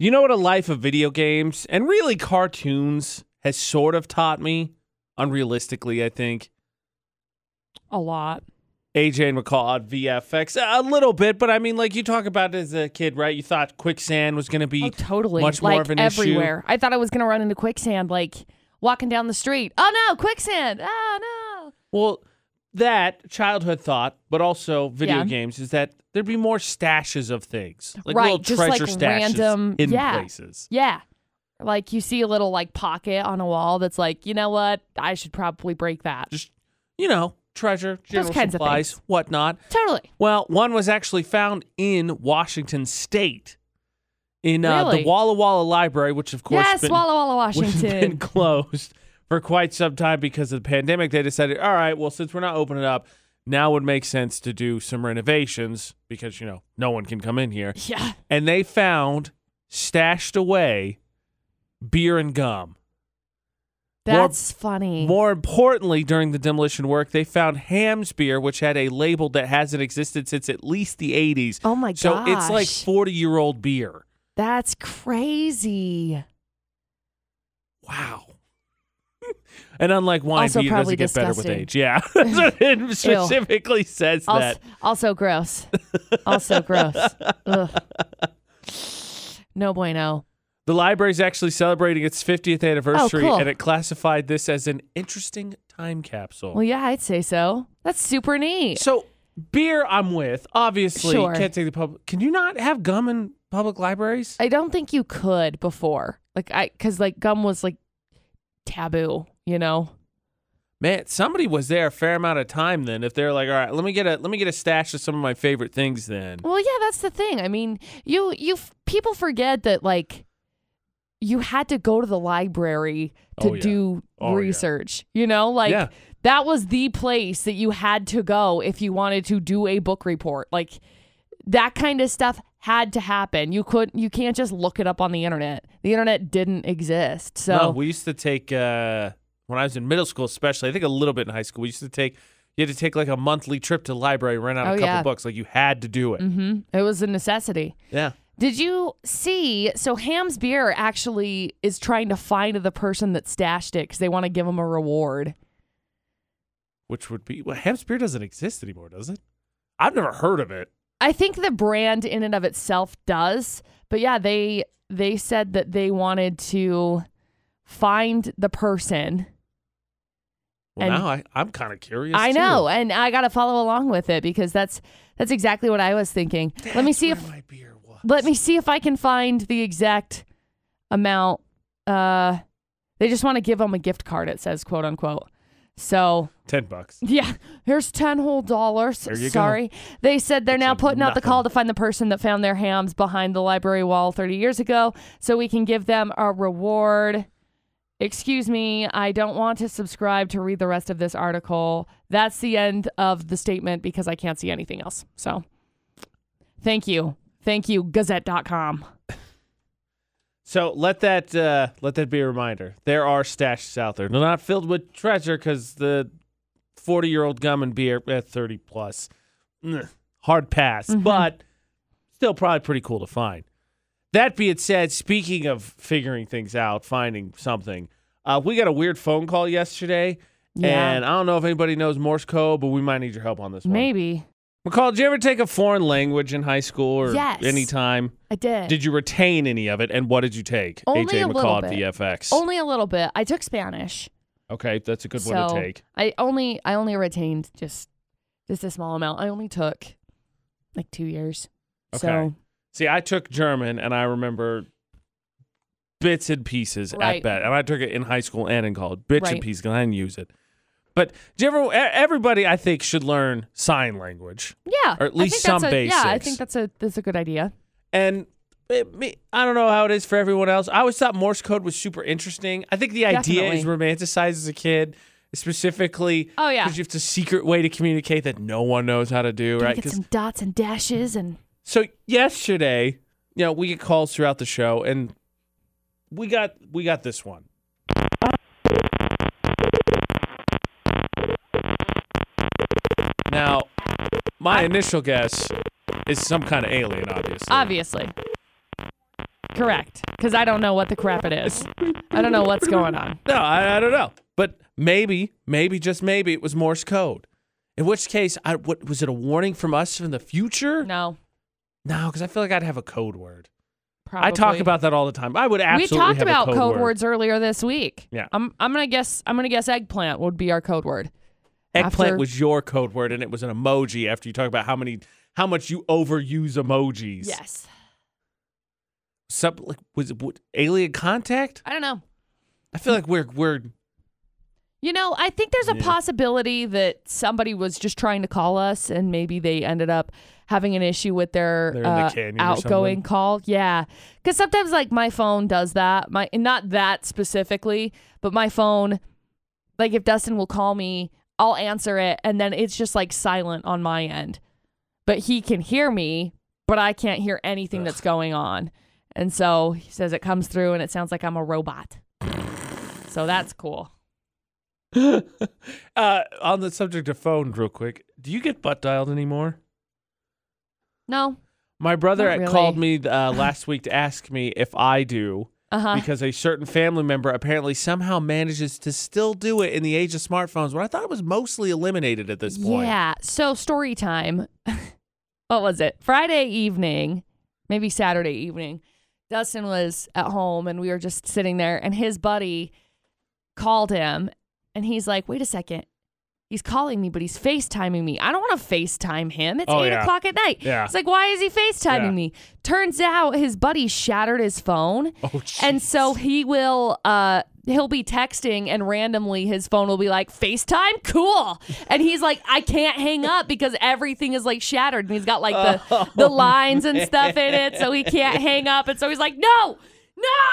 You know what a life of video games and really cartoons has sort of taught me? Unrealistically, I think. A lot. AJ and McCall on VFX. A little bit, but I mean, like you talk about it as a kid, right? You thought quicksand was going to be Oh, totally. much like more of an everywhere. I thought I was gonna run into quicksand, like walking down the street. Oh no, quicksand! Oh no. issue. Well, that childhood thought, but also video Yeah. games, is that there'd be more stashes of things, like Right, little just, treasure like, stashes random- in yeah. places. Yeah. Like you see a little like pocket on a wall that's like, you know what? I should probably break that. Just you know, treasure, general kinds of supplies, things. whatnot. Totally. Well, one was actually found in Washington State, in uh, Really? the Walla Walla Library, which of course Yes, been, Walla Walla, which has Washington. been closed for quite some time because of the pandemic. They decided, all right, well, since we're not opening up, now would make sense to do some renovations because you know no one can come in here. yeah. And they found stashed away beer and gum. More- That's funny. More importantly, during the demolition work, they found Ham's beer, which had a label that hasn't existed since at least the 80s. oh my so gosh. it's like 40 year old beer. That's crazy. Wow. and unlike wine, Also beer doesn't probably get better with disgusting. age. Yeah. That's what it specifically says Also, that. also gross. also gross. Ugh. No bueno. The library's actually celebrating its 50th anniversary, Oh, cool. and it classified this as an interesting time capsule. Well, yeah, I'd say so. That's super neat. So beer, I'm with. Obviously, Sure. can't take the public. Can you not have gum in public libraries? I don't think you could before. Like I cuz like gum was like taboo, you know. Man, somebody was there a fair amount of time. Then, if they're like, all right, let me get a let me get a stash of some of my favorite things. Then, Well, yeah, that's the thing. I mean, you you f- people forget that like you had to go to the library to Oh, yeah. do Oh, yeah. research. You know, like Yeah. that was the place that you had to go if you wanted to do a book report. Like that kind of stuff had to happen. You could not you can't just look it up on the internet. The internet didn't exist. So no, we used to take uh, when I was in middle school, especially. I think a little bit in high school. We used to take you had to take like a monthly trip to the library, rent out a Oh, couple yeah. books. Like you had to do it. Mhm. it was a necessity. Yeah. Did you see? So Ham's beer actually is trying to find the person that stashed it because they want to give him a reward. Which would be well, Ham's beer doesn't exist anymore, does it? I've never heard of it. I think the brand in and of itself does, but yeah, they they said that they wanted to find the person. Well, And- now I, I'm kind of curious. I too. know, and I got to follow along with it because that's that's exactly what I was thinking. let me That's see where if my beer was. let me see if I can find the exact amount. Uh, they just want to give him a gift card. It says quote unquote. So ten bucks. Yeah, here's ten whole dollars. There you go. Sorry, they said they're It's now a putting out the call to nothing. find the person that found their hams behind the library wall 30 years ago, so we can give them a reward. Excuse me, I don't want to subscribe to read the rest of this article. That's the end of the statement because I can't see anything else. So, thank you, thank you, Gazette.com. So let that uh, let that be a reminder. There are stashes out there. They're not filled with treasure because the forty year old gum and beer at thirty plus, mm, hard pass. Mm-hmm. But still, probably pretty cool to find. That being said, speaking of figuring things out, finding something, uh, we got a weird phone call yesterday, Yeah. and I don't know if anybody knows Morse code, but we might need your help on this one. Maybe McCall, did you ever take a foreign language in high school or Yes. any time? I did. Did you retain any of it, and what did you take? Only AJ a little McCall bit. at VFX. only a little bit. I took Spanish. okay, that's a good so one to take. I only I only retained just just a small amount. I only took like two years. Okay. So See, I took German, and I remember bits and pieces at Right. best, and I took it in high school and in college, bits and Right. pieces, and I didn't use it. But do you ever? e- Everybody, I think, should learn sign language, yeah, Or at I least think that's some a- Yeah, I basics. think that's a that's a good idea. and. It, me, I don't know how it is for everyone else. I always thought Morse code was super interesting. I think the idea is romanticized as a kid, specifically Oh yeah, because you have to secret way to communicate that no one knows how to do, right? get 'Cause- some dots and dashes and So yesterday, you know, we get calls throughout the show, and we got we got this one. Now, my initial guess is some kind of alien, obviously. obviously Correct. Because I don't know what the crap it is. I don't know what's going on. No, I, I don't know. But maybe, maybe, just maybe it was Morse code. In which case, I what was it a warning from us from the future? No, No, because I feel like I'd have a code word. probably. I talk about that all the time. I would absolutely we talked have about a code, word. words earlier this week. Yeah. I'm I'm gonna guess I'm gonna guess eggplant would be our code word. Eggplant after- was your code word, and it was an emoji. After you talk about how many, how much you overuse emojis. Yes. Some, like was it what, alien contact? I don't know. I feel like we're we're You know, I think there's a possibility that somebody was just trying to call us and maybe they ended up having an issue with their They're in the uh, canyon or outgoing call. Yeah. Cuz sometimes like my phone does that. My and not that specifically, but my phone like if Dustin will call me, I'll answer it and then it's just like silent on my end. But he can hear me, but I can't hear anything that's going on. And so he says it comes through and it sounds like I'm a robot. So that's cool. uh, on the subject of phone real quick. Do you get butt dialed anymore? No. My brother Not really. called me uh, last week to ask me if I do Uh-huh. because a certain family member apparently somehow manages to still do it in the age of smartphones, where I thought it was mostly eliminated at this point. Yeah. So story time. what was it? Friday evening, maybe Saturday evening. Dustin was at home and we were just sitting there and his buddy called him and he's like, wait a second. He's calling me, but he's FaceTiming me. I don't want to FaceTime him. It's Oh, eight yeah. o'clock at night. Yeah. It's like, why is he FaceTiming Yeah. me? Turns out his buddy shattered his phone Oh, and so he will uh he'll be texting and randomly his phone will be like FaceTime cool. And he's like I can't hang up because everything is like shattered and he's got like the Oh, the lines and stuff in it so he can't hang up and so he's like no.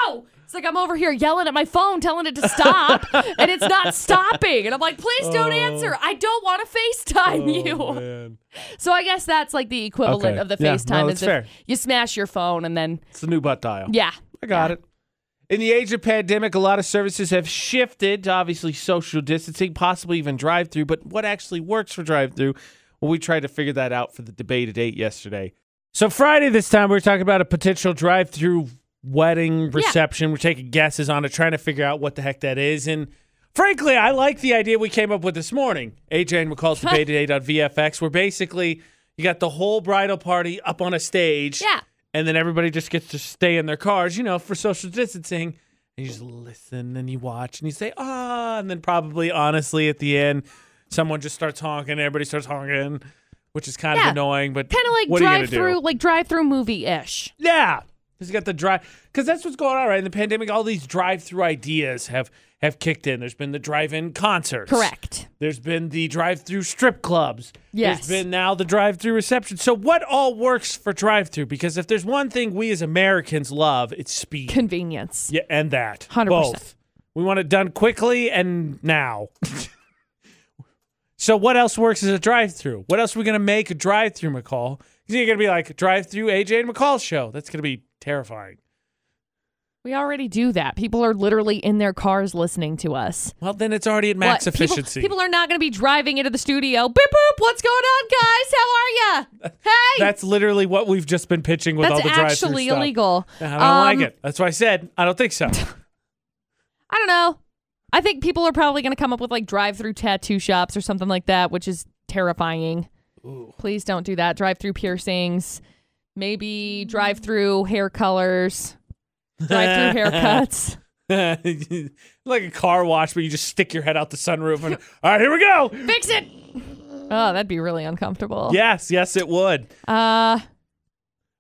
No. It's like I'm over here yelling at my phone telling it to stop and it's not stopping and I'm like please don't answer. I don't want to FaceTime you. Oh. man. So I guess that's like the Okay. equivalent of the Yeah, no, FaceTime that's is if fair. you smash your phone and then It's the new butt dial. yeah. I got it. In the age of pandemic, a lot of services have shifted to obviously social distancing, possibly even drive through. But what actually works for drive through? Well, we tried to figure that out for the debate at eight yesterday. So, Friday this time, we were talking about a potential drive through wedding reception. We're taking guesses on it, trying to figure out what the heck that is. And frankly, I like the idea we came up with this morning. AJ and McCall's debate at eight on VFX, where basically you got the whole bridal party up on a stage Yeah. and then everybody just gets to stay in their cars, you know, for social distancing. And you just listen and you watch and you say, ah, and then probably honestly at the end, someone just starts honking, everybody starts honking, which is kind Yeah. of annoying, but kind of like what are you drive gonna do? through, like drive through movie ish. Yeah. Because you got the drive because that's what's going on, right? In the pandemic, all these drive through ideas have have kicked in. There's been the drive in concerts. Correct. There's been the drive through strip clubs. Yes. There's been now the drive through reception. So, what all works for drive through? Because if there's one thing we as Americans love, it's speed. Convenience. yeah, and that. 100%. Both. We want it done quickly and now. so, what else works as a drive through? What else are we going to make a drive through, McCall? 'Cause You're going to be like, drive through AJ and McCall show. That's going to be terrifying. We already do that. People are literally in their cars listening to us. Well, then it's already at max What? People- efficiency. People, are not going to be driving into the studio. Boop boop. What's going on, guys? How are ya? Hey. that's literally what we've just been pitching with all That's the drive through actually illegal. I don't Um, like it. That's why I said I don't think so. I don't know. I think people are probably going to come up with like drive-through tattoo shops or something like that, which is terrifying. Please don't do that. Drive-through piercings, maybe drive-through hair colors, drive-through haircuts. like a car wash, but you just stick your head out the sunroof and all right, here we go. Fix it. Oh, that'd be really uncomfortable. Yes, yes, it would. Uh,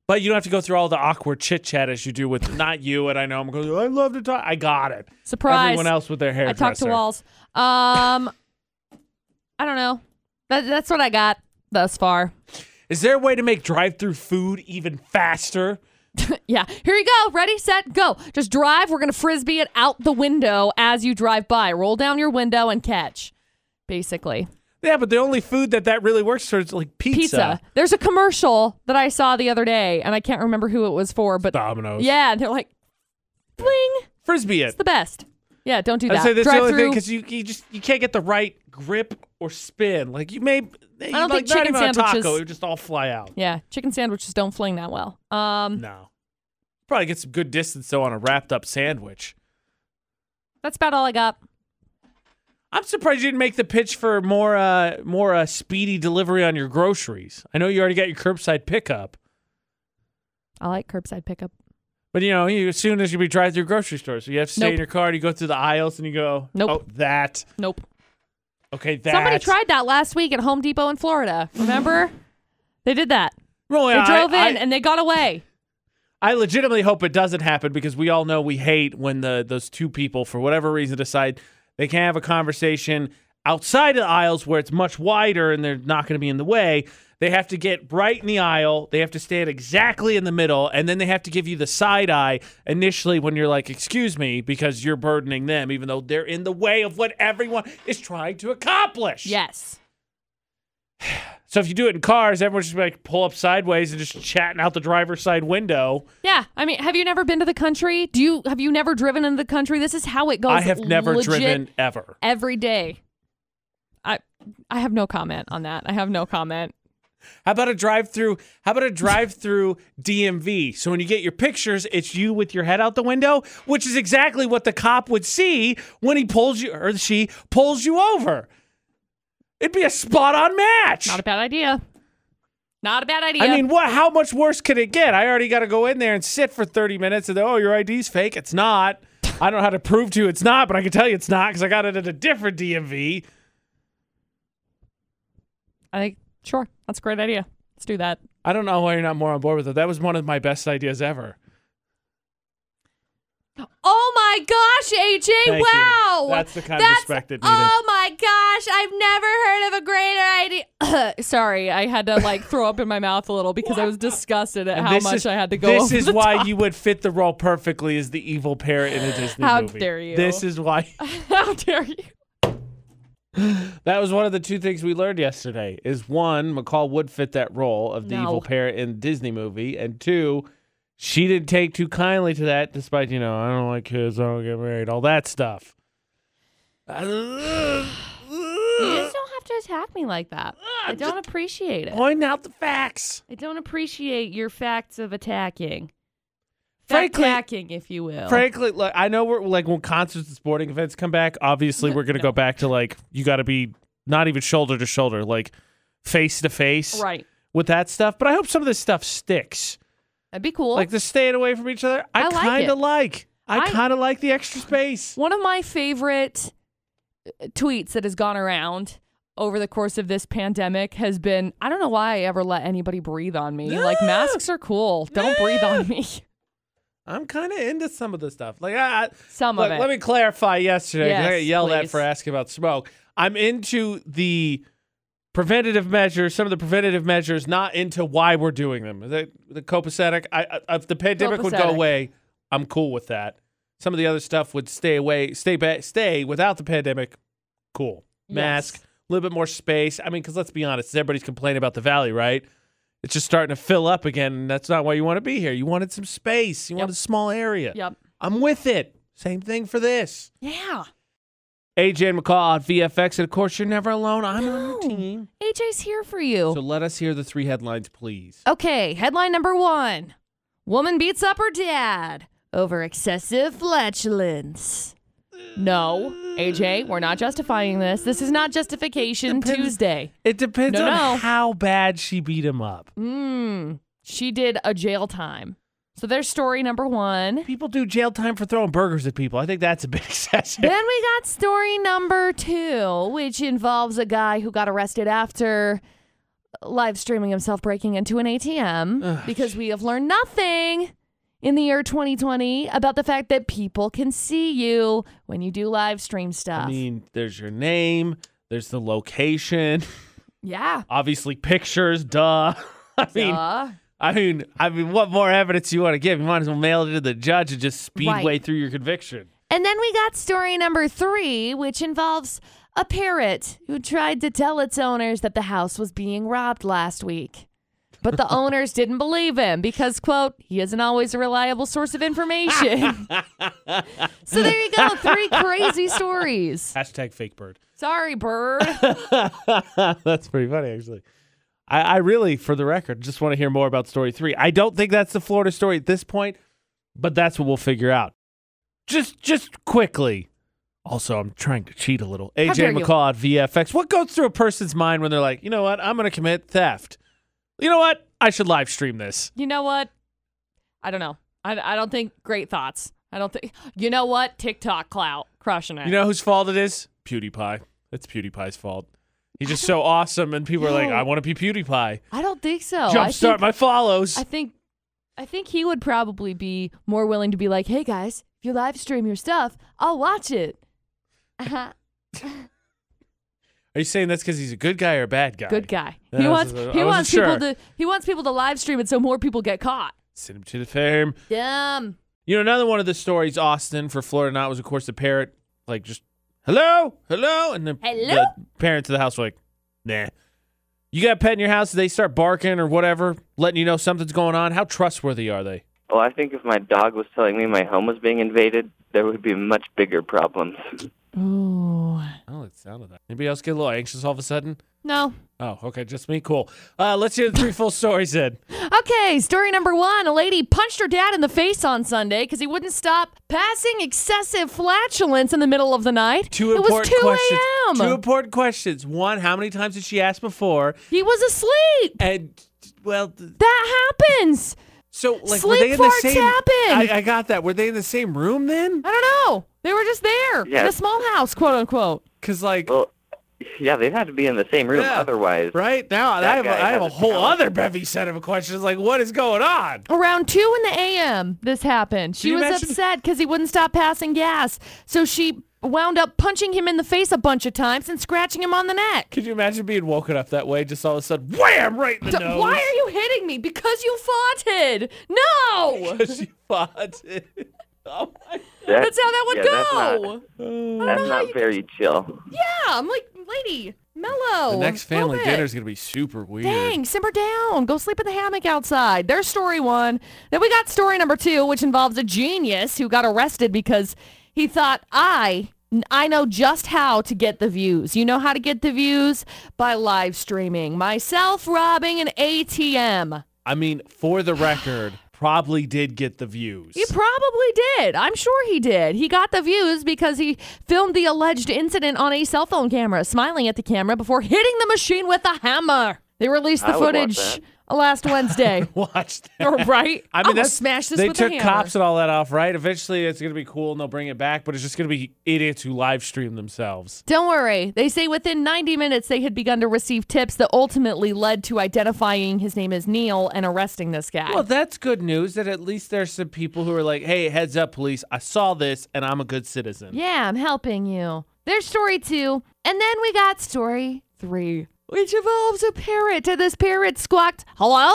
But you don't have to go through all the awkward chit chat as you do with not you and I know I'm going. I love to talk. I got it. surprise. Everyone else with their hair. I talked to walls. Um, I don't know. That, that's what I got thus far. Is there a way to make drive-through food even faster? Yeah. Here you go. Ready, set, go. Just drive. We're gonna frisbee it out the window as you drive by. Roll down your window and catch. Basically, Yeah, but the only food that that really works for is like pizza. pizza. There's a commercial that I saw the other day, and I can't remember who it was for, but Domino's. yeah, and they're like, bling, Frisbee it. the best. Yeah, don't do I that. say that's the drive only thing through. because you, you just you can't get the right grip or spin. Like you may, I don't like think not chicken even a taco, sandwiches- it would just all fly out. yeah, chicken sandwiches don't fling that well. Um, No, Probably get some good distance though on a wrapped up sandwich. That's about all I got. I'm surprised you didn't make the pitch for more uh more uh, speedy delivery on your groceries. I know you already got your curbside pickup, I like curbside pickup. but you know, you, as soon as you be drive through grocery stores, so you have to stay in Nope. your car and you go through the aisles and you go, Nope. oh, that. Nope. Okay, that. Somebody tried that last week at Home Depot in Florida. Remember? they did that. Roy, They I- drove I- in and they got away. I legitimately hope it doesn't happen because we all know we hate when the those two people, for whatever reason, decide they can have a conversation outside of the aisles where it's much wider and they're not going to be in the way. They have to get right in the aisle. They have to stand exactly in the middle, and then they have to give you the side eye initially when you're like, "Excuse me," because you're burdening them, even though they're in the way of what everyone is trying to accomplish. Yes. So if you do it in cars, everyone's just like pull up sideways and just chatting out the driver's side window. Yeah. I mean, have you never been to the country? Do you have you never driven into the country? This is how it goes. I have never legit driven ever. every day. I I have no comment on that. I have no comment. How about a drive through? How about a drive through DMV? So when you get your pictures, it's you with your head out the window, which is exactly what the cop would see when he pulls you or she pulls you over. It'd be a spot on match. Not a bad idea. Not a bad idea. I mean, what? How much worse could it get? I already got to go in there and sit for thirty minutes, and then, oh, your ID's fake. It's not. I don't know how to prove to you it's not, but I can tell you it's not because I got it at a different DMV. I think sure. That's a great idea. Let's do that. I don't know why you're not more on board with it. That was one of my best ideas ever. Oh my gosh, AJ! Thank you. wow, That's the kind of respect that needed. Oh my gosh, I've never heard of a greater idea. Sorry, I had to like throw up in my mouth a little because I was disgusted at And how this much is- I had to go. This over is the why top. you would fit the role perfectly as the evil parrot in a Disney How movie. dare you. This is why. How dare you? That was one of the two things we learned yesterday. Is one, McCall would fit that role of the No. evil parrot in the Disney movie, and two, she didn't take too kindly to that. Despite you know, I don't like kids, I don't get married, all that stuff. You Uh, just don't have to attack me like that. I don't appreciate it. Point out the facts. I don't appreciate your facts of attacking. Frankly- attacking, if you will. Frankly, like I know we're like when concerts and sporting events come back, obviously we're gonna go back to like you gotta be not even shoulder to shoulder, like face to face right. with that stuff. But I hope some of this stuff sticks. That'd be cool. Like the staying away from each other. I, I like kinda it. like. I, I- kinda like the extra space. One of my favorite uh, tweets that has gone around over the course of this pandemic has been I don't know why I ever let anybody breathe on me. Like No. masks are cool. Don't breathe on me. I'm kinda into some of this stuff. Like I, I Some Look, of it. let me clarify yesterday. 'cause I Yes, got yelled at please. for asking about smoke. I'm into the preventative measures, some of the preventative measures, not into why we're doing them. The, the copacetic, I, I- if the pandemic would go Copacetic. away, I'm cool with that. Some of the other stuff would stay away, stay back, stay without the pandemic. Cool. Mask, a Yes. little bit more space. I mean, because let's be honest, everybody's complaining about the valley, right? It's just starting to fill up again, and that's not why you want to be here. You wanted some space. You Yep. wanted a small area. Yep. I'm with it. Same thing for this. Yeah. AJ and McCall on VFX, and of course, you're never alone. I'm on your No. team. AJ's here for you. So let us hear the three headlines, please. Okay, headline number one Woman beats up her dad over excessive flatulence. No, AJ, we're not justifying this. This is not Justification Depends- Tuesday. It depends No, on no. how bad she beat him up. Mmm. She did a jail time. So there's story number one. People do jail time for throwing burgers at people. I think that's a bit excessive. Then we got story number two, which involves a guy who got arrested after live streaming himself breaking into an ATM because we have learned nothing in the year 2020 about the fact that people can see you when you do live stream stuff. I mean, there's your name, there's the location, yeah. obviously pictures, duh. I mean, Duh. I mean, I mean, what more evidence you want to give? You might as well mail it to the judge and just speed Right. way through your conviction. And then we got story number three, which involves a parrot who tried to tell its owners that the house was being robbed last week. But the owners didn't believe him because, quote, he isn't always a reliable source of information. so there you go, three crazy stories. Hashtag fake bird. Sorry, bird. that's pretty funny, actually. I, I really, for the record, just want to hear more about story three. I don't think that's the Florida story at this point. But that's what we'll figure out. Just just quickly. Also, I'm trying to cheat a little. dare AJ you. McCall at VFX. What goes through a person's mind when they're like, you know what? I'm going to commit theft. You know what? I should live stream this. You know what? I don't know. I, I don't think great thoughts. I don't think. You know what? TikTok clout crushing it. You know whose fault it is? PewDiePie. It's PewDiePie's fault. He's just so awesome, and people are like, No. I want to be PewDiePie. I don't think so. Oh, I Jumpstart think, my follows. I think, I think he would probably be more willing to be like, "Hey guys, if you live stream your stuff, I'll watch it." Uh-huh. are you saying that's because he's a good guy or a bad guy? Good guy. Yeah, He I wants. was- I He wasn't wants sure. people to. He wants people to live stream it so more people get caught. Send him to the farm. Dumb. You know, another one of the stories, Austin, for Florida Not was, of course, the parrot, like, just, hello, hello. And the, Hello? the parents of the house were like, nah. You got a pet in your house, they start barking or whatever, letting you know something's going on. How trustworthy are they? Well, Oh, I think if my dog was telling me my home was being invaded, there would be much bigger problems. Ooh. Oh, it sounded that. Anybody else get a little anxious all of a sudden? No. Oh, okay, just me? Cool. Uh, let's hear the three full stories then. Okay, story number one. A lady punched her dad in the face on Sunday because he wouldn't stop passing excessive flatulence in the middle of the night. Two it was important 2 questions. Two a.m. important questions. One, how many times did she ask before? He was asleep. And, well, th- That happens. so, like, were Sleep they in the farts same happen. I, I got that. Were they in the same room then? I don't know. They were just there in Yeah. a small house, quote unquote. Because, like, Well, yeah, they'd have to be in the same room Yeah. otherwise. Right now, I That have, a, guy I have a has a whole talent. other bevy set of questions. Like, what is going on? Around 2 in the a.m., this happened. She you was imagine- upset because he wouldn't stop passing gas. So she wound up punching him in the face a bunch of times and scratching him on the neck. Could you imagine being woken up that way? Just all of a sudden, wham, right in the D- nose. Why are you hitting me? Because you farted. No. Because you fought it. Oh my. That- That's how that would yeah, go. Oh. That's not, that's not very chill. yeah, I'm like, lady, mellow. The next family Love it. dinner's gonna be super weird. Dang, simmer down. Go sleep in the hammock outside. There's story one. Then we got story number two, which involves a genius who got arrested because he thought, I. I know just how to get the views. You know how to get the views? By live streaming. Myself robbing an ATM. I mean, for the record, probably did get the views. He probably did. I'm sure he did. He got the views because he filmed the alleged incident on a cell phone camera, smiling at the camera before hitting the machine with a hammer. They released the I would watch footage last Wednesday. Watch that. right? I mean, will that's smash this They with took a hammer. cops and all that off, right? Eventually, it's gonna be cool and they'll bring it back, but it's just gonna be idiots who live stream themselves. Don't worry. They say within 90 minutes they had begun to receive tips that ultimately led to identifying his name as Neil and arresting this guy. Well, that's good news that at least there's some people who are like, hey, heads up, police. I saw this and I'm a good citizen. Yeah, I'm helping you. There's story two. And then we got story three, which involves a parrot. And this parrot squawked, hello?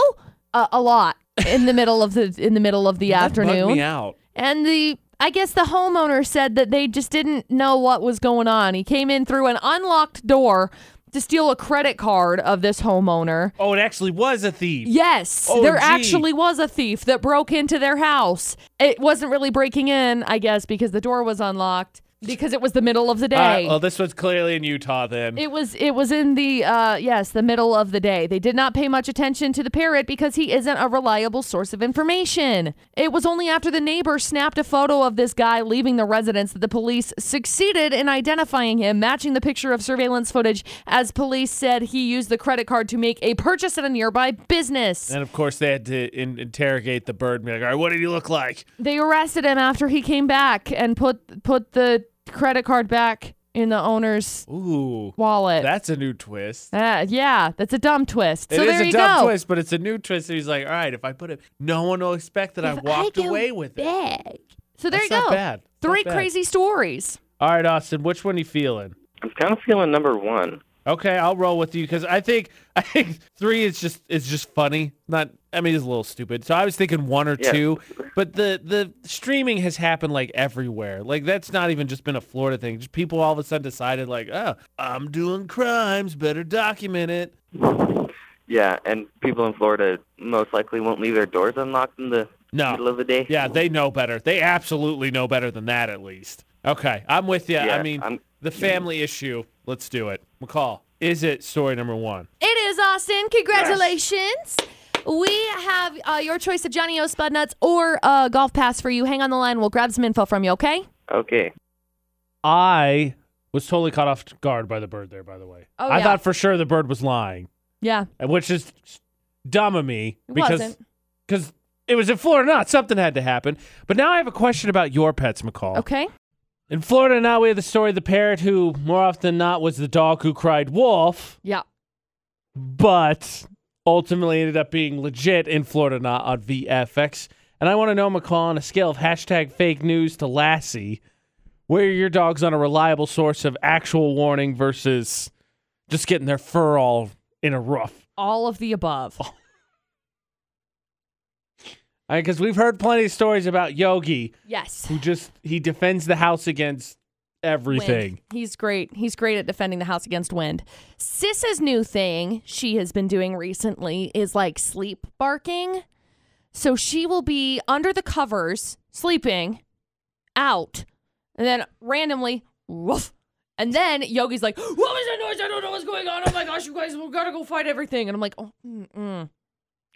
Uh, a lot in the middle of the in the middle of the That bugged me afternoon. out. And the I guess the homeowner said that they just didn't know what was going on. He came in through an unlocked door to steal a credit card of this homeowner. Oh, it actually was a thief. Yes, Oh, there gee. actually was a thief that broke into their house. It wasn't really breaking in, I guess, because the door was unlocked because it was the middle of the All right, day. Uh, well, this was clearly in Utah then. it was it was in the uh yes, the middle of the day. They did not pay much attention to the parrot because he isn't a reliable source of information. It was only after the neighbor snapped a photo of this guy leaving the residence that the police succeeded in identifying him, matching the picture of surveillance footage as police said he used the credit card to make a purchase at a nearby business. and of course, they had to in- interrogate the bird and be like, all right, what did he look like? They arrested him after he came back and put put the credit card back in the owner's Ooh, wallet. that's a new twist. Uh, yeah, that's a dumb twist. so it is there a you dumb go. twist, but it's a new twist. And he's like, all right, if I put it, no one will expect that I walked away with it. So there That's you go. not bad. That's Three not bad. crazy stories. All right, Austin, which one are you feeling? I'm kind of feeling number one. Okay, I'll roll with you because I think I think three is just is just funny. Not I mean it's a little stupid. So I was thinking one or Yeah. two, but the the streaming has happened like everywhere. Like that's not even just been a Florida thing. Just people all of a sudden decided like, oh, I'm doing crimes, better document it. Yeah, and people in Florida most likely won't leave their doors unlocked in the No. middle of the day. Yeah, they know better. They absolutely know better than that. At least. Okay, I'm with you. I Yeah, mean I'm- the family issue. Let's do it, McCall. Is it story number one? It is Austin. Congratulations. We have uh, your choice of Johnny O Spud Nuts or uh, Golf Pass for you. Hang on the line. We'll grab some info from you, okay? Okay. I was totally caught off guard by the bird there, by the way. Oh, I yeah. thought for sure the bird was lying, Yeah. which is dumb of me It because wasn't. because it was in Florida. Not something had to happen. But now I have a question about your pets, McCall. Okay. In Florida, now we have the story of the parrot who, more often than not, was the dog who cried wolf, Yeah. but ultimately ended up being legit in Florida, not on VFX. And I want to know, McCall, on a scale of hashtag fake news to Lassie, where are your dogs on a reliable source of actual warning versus just getting their fur all in a rough? All of the above. Oh. Because we've heard plenty of stories about Yogi, Yes. who just he defends the house against everything. Wind. He's great. He's great at defending the house against wind. Sis's new thing she has been doing recently is like sleep barking. So she will be under the covers, sleeping, out, and then randomly, woof. And then Yogi's like, What was that noise? I don't know what's going on. Oh my gosh, you guys, we gotta go fight everything. And I'm like, Oh, mm-mm.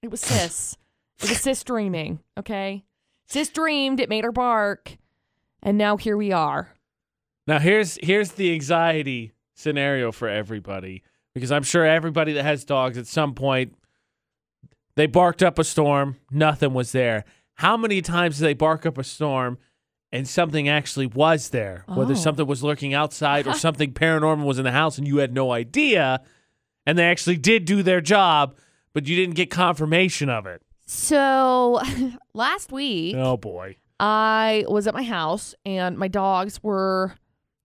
it was Sis. it was Sis dreaming, okay? Sis dreamed, it made her bark. And now here we are. Now here's here's the anxiety scenario for everybody because I'm sure everybody that has dogs at some point they barked up a storm, nothing was there. How many times do they bark up a storm and something actually was there? Whether Oh. something was lurking outside or something paranormal was in the house and you had no idea and they actually did do their job, but you didn't get confirmation of it. So last week, Oh boy. I was at my house and my dogs were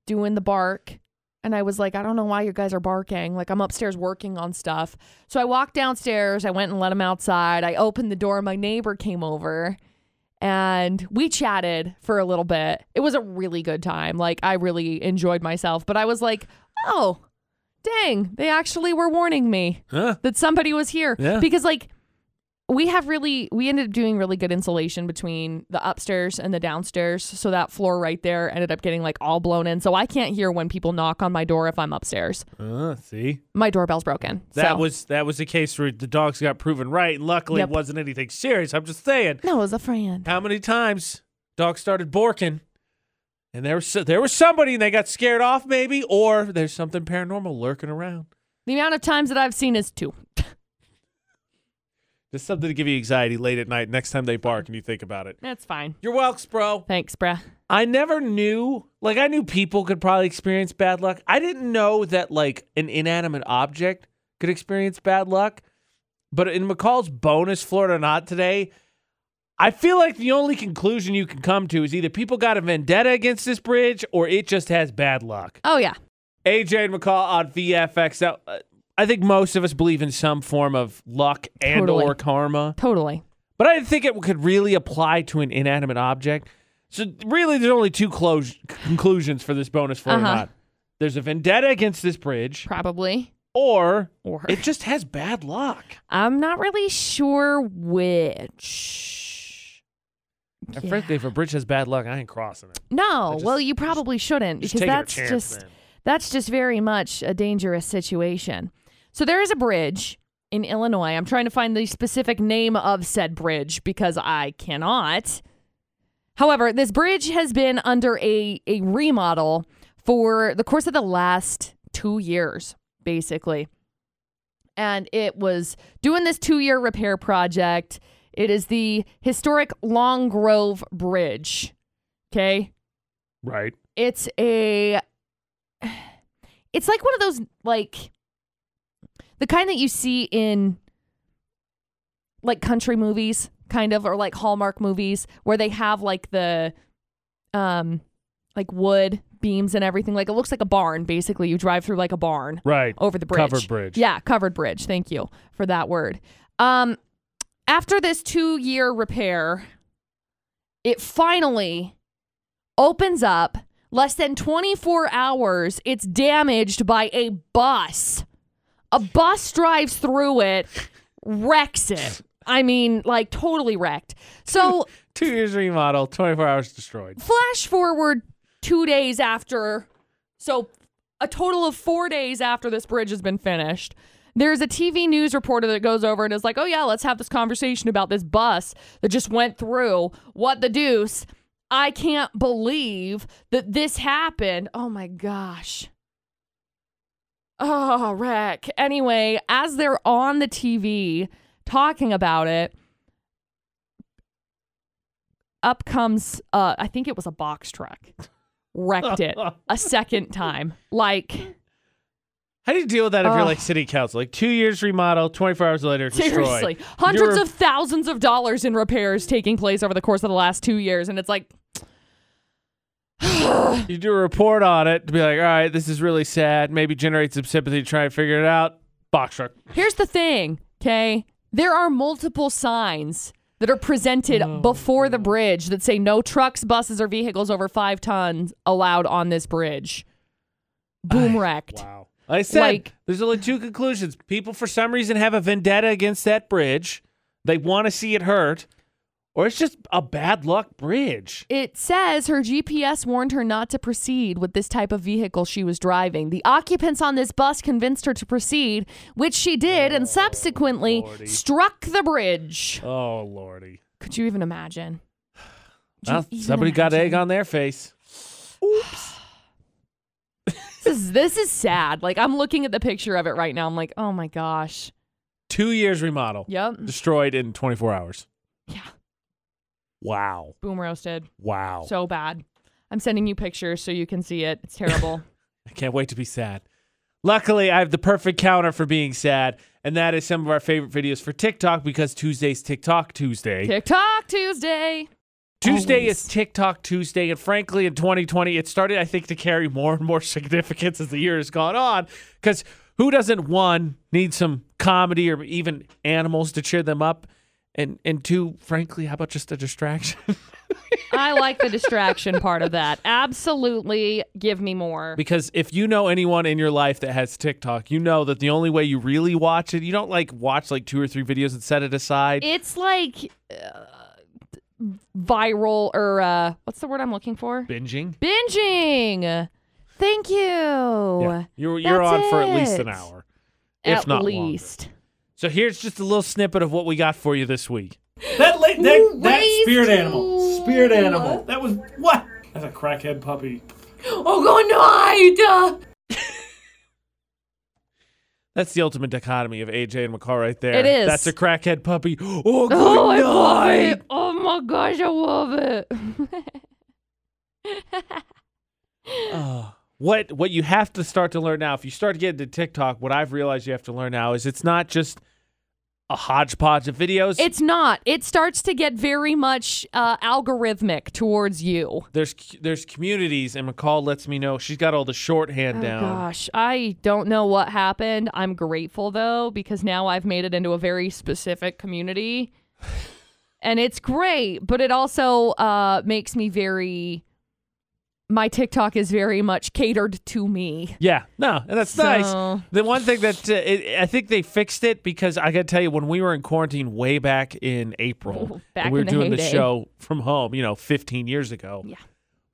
doing the bark. And I was like, I don't know why you guys are barking. Like, I'm upstairs working on stuff. So I walked downstairs. I went and let them outside. I opened the door. My neighbor came over and we chatted for a little bit. It was a really good time. Like, I really enjoyed myself. But I was like, oh, dang, they actually were warning me Huh? that somebody was here Yeah. because like we have really we ended up doing really good insulation between the upstairs and the downstairs so that floor right there ended up getting like all blown in so i can't hear when people knock on my door if i'm upstairs Uh, see? my doorbell's broken That so. was that was the case where the dogs got proven right, and luckily Yep. it wasn't anything serious. I'm just saying, no it was a friend how many times dogs started borking, and there was so- there was somebody, and they got scared off, maybe, or there's something paranormal lurking around. the amount of times that i've seen is two Just something to give you anxiety late at night. Next time they bark, and you think about it. that's fine You're welks, bro. thanks bruh I never knew. Like I knew people could probably experience bad luck. I didn't know that like an inanimate object could experience bad luck. But in McCall's bonus Florida not today, I feel like the only conclusion you can come to is either people got a vendetta against this bridge or it just has bad luck. oh yeah AJ and McCall on VFX. Now, uh, I think most of us believe in some form of luck and Totally. or karma totally but I didn't think it could really apply to an inanimate object. So really, there's only two close conclusions for this bonus for or Uh-huh. not. There's a vendetta against this bridge, probably or or it just has bad luck. i'm not really sure which And frankly, if a bridge has bad luck, I ain't crossing it. no just- well you probably shouldn't Just because taking that's a chance, just man. That's just very much a dangerous situation. So there is a bridge in Illinois. I'm trying to find the specific name of said bridge because I cannot. However, this bridge has been under a, a remodel for the course of the last two years, basically. And it was doing this two year repair project. It is the historic Long Grove Bridge. Okay Right. it's a it's like one of those like the kind that you see in like country movies kind of or like hallmark movies where they have like the um like wood beams and everything like it looks like a barn basically you drive through like a barn Right. over the bridge Covered bridge. yeah covered bridge thank you for that word um after this two year repair it finally opens up less than 24 hours it's damaged by a bus a bus drives through it wrecks it i mean like totally wrecked so Two years remodel, 24 hours destroyed. flash forward two days after so a total of four days after this bridge has been finished There's a TV news reporter that goes over and is like, oh, yeah, let's have this conversation about this bus that just went through. What the deuce? I can't believe that this happened. Oh my gosh. Oh, wreck. Anyway, as they're on the TV talking about it, up comes, uh, I think it was a box truck, wrecked it a second time. Like, How do you deal with that if you're Ugh. like city council? Like two years remodel, 24 hours later, destroy. Seriously, hundreds You're- of thousands of dollars in repairs taking place over the course of the last two years, and it's like, You do a report on it to be like, all right, this is really sad. Maybe generate some sympathy, try and figure it out. Box truck. here's the thing, okay? There are multiple signs that are presented Oh, before the bridge that say no trucks, buses, or vehicles over five tons allowed on this bridge. Boom wrecked. Wow. Like I said, Like- there's only two conclusions. People, for some reason, have a vendetta against that bridge. They want to see it hurt, or it's just a bad luck bridge. It says her GPS warned her not to proceed with this type of vehicle she was driving. The occupants on this bus convinced her to proceed, which she did, and subsequently Oh, Lordy. struck the bridge. Oh, lordy. Could you even imagine? Could you Well, even somebody got egg imagine? on their face. This is, this is sad. Like, I'm looking at the picture of it right now. I'm like, oh my gosh. Two years remodel. Yep. Destroyed in 24 hours. Yeah. Wow. Boom roasted. Wow. So bad. I'm sending you pictures so you can see it. It's terrible. I can't wait to be sad. Luckily, I have the perfect counter for being sad, and that is some of our favorite videos for TikTok because Tuesday's TikTok Tuesday. TikTok Tuesday. Tuesday Always. is TikTok Tuesday, and frankly, in 2020, it started, I think, to carry more and more significance as the year has gone on. Because who doesn't one need some comedy or even animals to cheer them up, and and two, frankly, how about just a distraction? I like the distraction part of that. Absolutely. Give me more. because if you know anyone in your life that has TikTok, you know that the only way you really watch it, you don't like watch like two or three videos and set it aside. It's like uh, viral or uh, what's the word I'm looking for? Binging. Binging. Thank you. Yeah. You're you're That's on for at least an it. hour, At if not longer. least. So here's just a little snippet of what we got for you this week. That la- that, that spirit animal, spirit animal. That was what? That's a crackhead puppy. Oh, God, no! That's the ultimate dichotomy of AJ and McCall right there. It is. That's a crackhead puppy. Oh, good Oh, I love night. it. Oh, my gosh, I love it. Oh. What what you have to start to learn now, if you start to get into TikTok, what I've realized you have to learn now is it's not just a hodgepodge of videos. It's not. It starts to get very much uh, algorithmic towards you. there's there's communities, and McCall lets me know she's got all the shorthand Oh down. gosh, I don't know what happened. I'm grateful though because now I've made it into a very specific community, and it's great. But it also uh, makes me very. My TikTok is very much catered to me. Yeah, no, and that's nice. So- The one thing that uh, it, I think they fixed it because I got to tell you, when we were in quarantine way back in April, Ooh, and back we were in the doing the heyday. show from home, you know, 15 years ago. Yeah.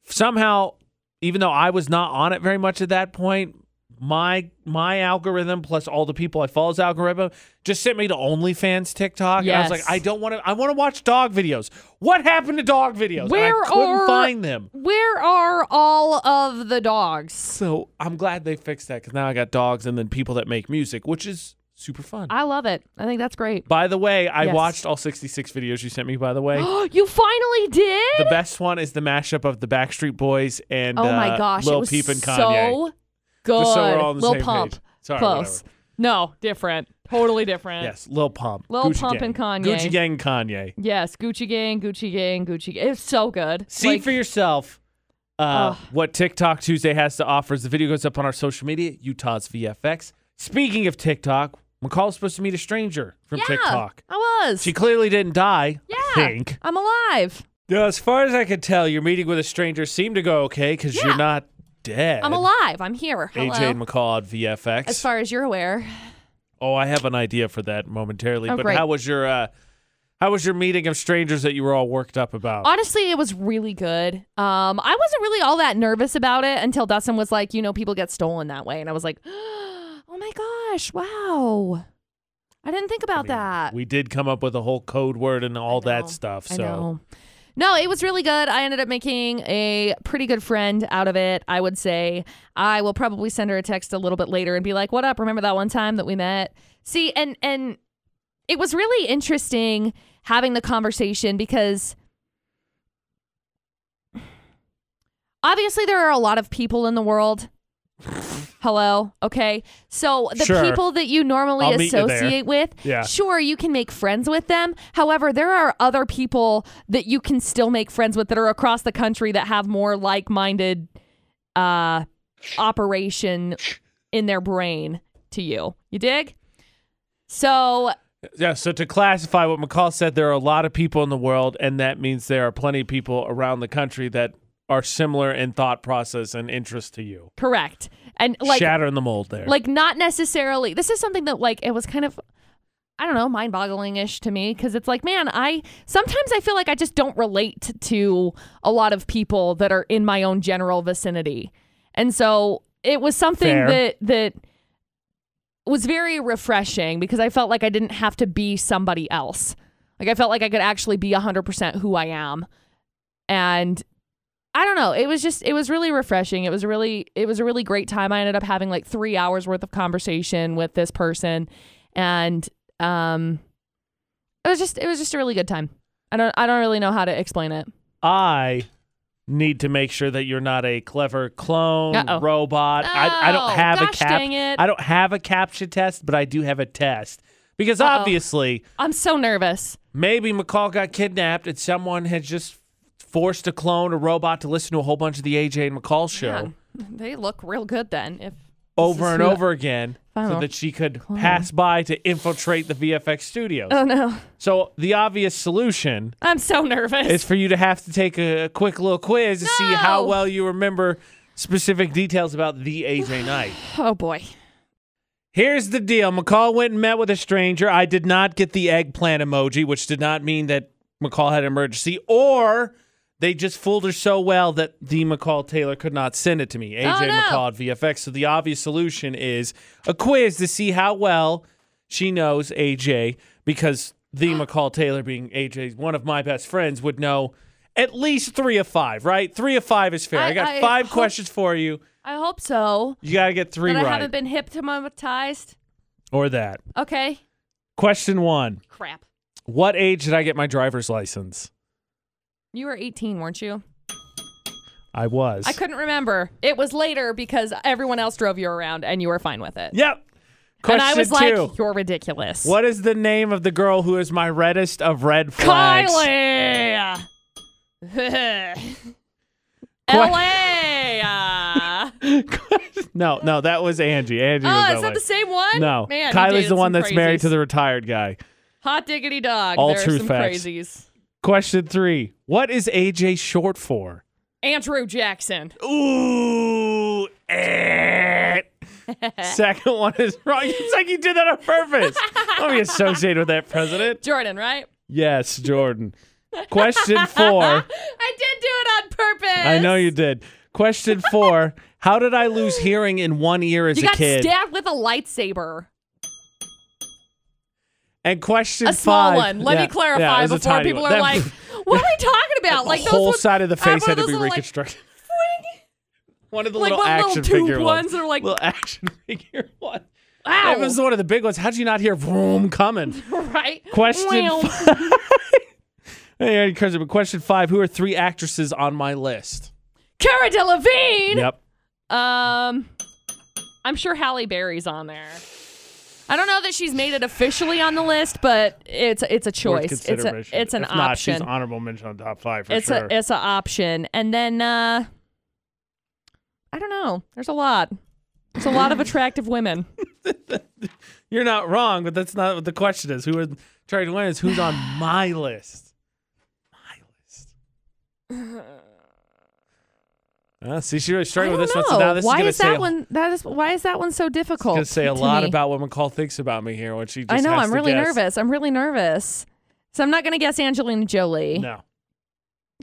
Somehow, even though I was not on it very much at that point, my my algorithm plus all the people I follow's algorithm just sent me to OnlyFans TikTok, and I was Yes. like, I don't want to. I want to watch dog videos. What happened to dog videos? And Where I couldn't are- find them. Where are all of the dogs? So I'm glad they fixed that because now I got dogs and then people that make music, which is super fun. I love it. I think that's great. by the way, I Yes. watched all 66 videos you sent me. By the way, you finally did. the best one is the mashup of the Backstreet Boys and Oh my uh, gosh, Lil it was Peep and Kanye. so good. Just so we're all on the Lil same Pump, page. Sorry, close. whatever. No, different. Totally different. Yes, Lil Pump, Lil Gucci Pump Gang. and Kanye. Gucci Gang, Kanye. Yes, Gucci Gang, Gucci Gang, Gucci Gang. It's so good. See Like, for yourself uh, Ugh. what TikTok Tuesday has to offer. As the video goes up on our social media, Utah's VFX. Speaking of TikTok, McCall's supposed to meet a stranger from yeah, TikTok. I was. She clearly didn't die. yeah, I think. I'm alive. Yeah, as far as I could tell, your meeting with a stranger seemed to go okay because Yeah. you're not dead. I'm alive. I'm here. Hello. AJ and McCall at VFX. as far as you're aware, oh, I have an idea for that momentarily. Oh, but great. how was your uh, how was your meeting of strangers that you were all worked up about? honestly, it was really good. Um, I wasn't really all that nervous about it until Dustin was like, you know, people get stolen that way, and I was like, oh my gosh, wow. I didn't think about that. We did come up with a whole code word and all know. that stuff. So I know. No, it was really good. I ended up making a pretty good friend out of it, I would say. I will probably send her a text a little bit later and be like, "What up? Remember that one time that we met?" See, and and it was really interesting having the conversation because obviously there are a lot of people in the world. Hello, okay. So the Sure. people that you normally I'll meet you there. associate associate with. Yeah. Sure, you can make friends with them. However, there are other people that you can still make friends with that are across the country that have more like minded uh, operation in their brain to you. You dig? So yeah. So to classify what McCall said, there are a lot of people in the world, and that means there are plenty of people around the country that are similar in thought process and interest to you. correct. And like Shattering the mold there. like not necessarily this is something that like it was kind of i don't know mind-boggling-ish to me because it's like man i sometimes i feel like i just don't relate to a lot of people that are in my own general vicinity and so it was something Fair. that that was very refreshing because i felt like i didn't have to be somebody else like i felt like i could actually be 100% who i am and I don't know. It was just it was really refreshing. It was really it was a really great time. I ended up having like 3 hours worth of conversation with this person and um it was just it was just a really good time. I don't I don't really know how to explain it. I need to make sure that you're not a clever clone Uh-oh. robot. I, I don't Oh, have gosh a cap. dang it. I don't have a captcha test, but I do have a test because obviously I'm so nervous. maybe McCall got kidnapped and someone had just forced a clone, a robot, to listen to a whole bunch of the AJ and McCall show Man, they look real good then if over is and who- over again. So Final that she could pass by to infiltrate the VFX studios. Oh no. so the obvious solution I'm so nervous. It's for you to have to take a, a quick little quiz to see how No. well you remember specific details about the AJ Knight. oh boy. Here's the deal McCall went and met with a stranger. I did not get the eggplant emoji, which did not mean that McCall had an emergency, or they just fooled her so well that the McCall Taylor could not send it to me. AJ Oh, no. McCall at VFX. So the obvious solution is a quiz to see how well she knows AJ, because the McCall Taylor, being AJ's one of my best friends, would know at least three of five, right? Three of five is fair. I, I- got I five hope- questions for you. I hope so. You got to get three That I right, haven't been hypnotized. or that. Okay. Question one. Crap. What age did I get my driver's license? You were 18, weren't you? I was. I couldn't remember. It was later because everyone else drove you around and you were fine with it. Yep. Question and I was two. like, you're ridiculous. what is the name of the girl who is my reddest of red flags? Kylie! LA! No, no, that was Angie. Angie was oh, that is that the way. same one? No, Man, you Kylie's dated the one some that's married to crazies. the retired guy. Hot diggity dog. All there true are some facts. crazies. Question three. What is AJ short for? Andrew Jackson. Ooh. eh. Second one is wrong. It's like you did that on purpose. Don't be associated with that president. Jordan, right? Yes, Jordan. Question four. I did do it on purpose. I know you did. Question four: How did I lose hearing in one ear as You a got kid? stabbed with a lightsaber. and question a small five- one. Let Yeah, me clarify yeah, it was a before tiny people one. are That- like, "What are we talking about?" Like the those whole ones- side of the I have face one had of to be those little, like, reconstructed. One of the Like little one little action tube figure ones that are like- little action figure one. Wow. It was one of the big ones. How'd you not hear vroom coming? right? Question Well, five. Hey, Eddie Curtis, but question five: Who are three actresses on my list? Cara Delevingne. Yep. Um, I'm sure Halle Berry's on there. I don't know that she's made it officially on the list, but it's it's a Worth choice. It's a, consideration. it's an If not, option. She's honorable mention on top five for it's sure. a it's an option. And then uh, I don't know. There's a lot. There's a lot of attractive women. You're not wrong, but that's not what the question is. Who are trying to win is who's on my list. My list. Uh, see, she really I struggled don't with this know. one. So now this why is, is, gonna that say, one? That is why is that one so difficult? Gonna say a to lot me? about what McCall thinks about me here when she. Just I know. has I'm to really guess. nervous. I'm really nervous. So I'm not going to guess Angelina Jolie. No, 'cause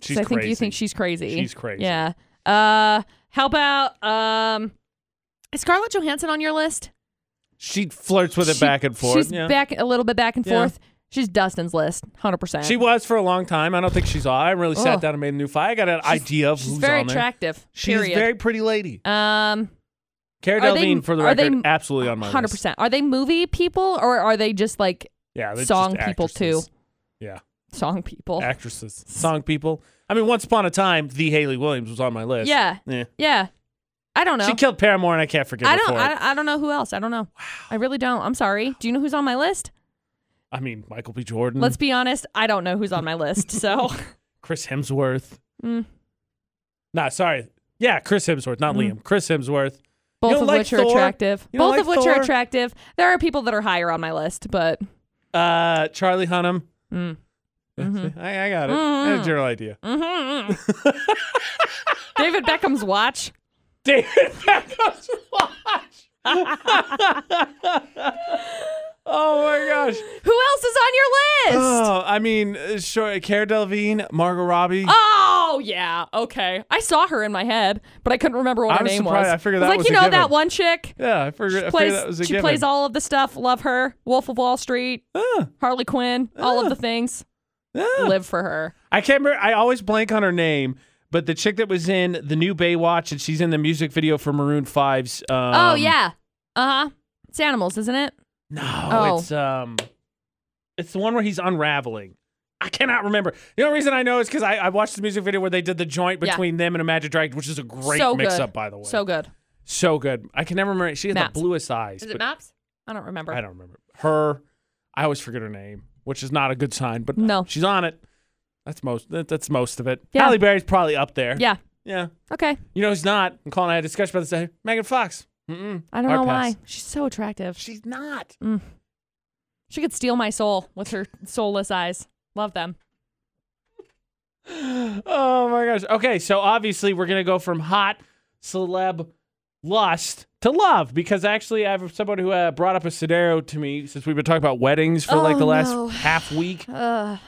she's I think you crazy. think she's crazy. She's crazy. Yeah. Uh, how about um, is Scarlett Johansson on your list? She flirts with it She- back and forth. She's yeah. back a little bit back and Yeah. forth. She's Dustin's list, hundred percent. She was for a long time. I don't think she's all. I really sat Ugh. down and made a new file. I got an idea of She's who's very on there. attractive. She's period. very pretty lady. um, Cara are they- Delevingne, for the are they- record, absolutely on my list. hundred percent. Are they movie people or are they just like Yeah, they're song just people too? actresses. Yeah, Song people. actresses, song people. I mean, once upon a time, the Haley Williams was on my list. Yeah. yeah. Yeah, I don't know. She killed Paramore, and I can't forgive I her don't. for I, it. don't- I don't know who else. I don't know. I really don't. I'm sorry. Do you know who's on my list? I mean, Michael B. Jordan, Let's be honest. I don't know who's on my list. So Chris Hemsworth. Mm. Nah, sorry. Yeah, Chris Hemsworth, not Mm. Liam. Chris Hemsworth. both don't of like which are Thor? attractive. You Both don't of like which are Thor? attractive. There are people that are higher on my list, but Uh, Charlie Hunnam. Mm. Mm-hmm. Yeah, see, I, I got it. I had a general idea. Mhm. David Beckham's watch. David Beckham's watch. oh my gosh. Who else is on your list? Oh, I mean, uh, sure. Cara Delevingne, Margot Robbie. Oh yeah, okay. I saw her in my head, but I couldn't remember what I her was name surprised. was. I figured was that like was you a know that given. one chick yeah, I figured, I figured plays. that was a She given. plays all of the stuff. Love her. Wolf of Wall Street. Ah, Harley Quinn. All of the things. ah. Live for her. I can't remember. I always blank on her name, but the chick that was in the new Baywatch and she's in the music video for Maroon 5's. Um, oh yeah. Uh huh. It's animals, isn't it? No, Oh. it's um, it's the one where he's unraveling. I cannot remember. The only reason I know is because I, I watched the music video where they did the joint Yeah. between them and Imagine Dragons, which is a great So good. mix-up, by the way. So good. so good. I can never remember. She had Maps. the bluest eyes. Is it but Maps? I don't remember. I don't remember her. I always forget her name, which is not a good sign. But No. she's on it. That's most. That, that's most of it. Yeah. Halle Berry's probably up there. Yeah. Yeah. Okay. You know who's not? And Colin and I had a discussion about this. Megan Fox. Mm-mm. I don't Hard know pass. why. She's so attractive. She's not. She could steal my soul with her soulless eyes. Love them. Oh my gosh. Okay, so obviously we're gonna go from hot celeb lust to love because actually I have someone who uh, brought up a scenario to me since we've been talking about weddings for like Oh, the last no. half week. Ugh.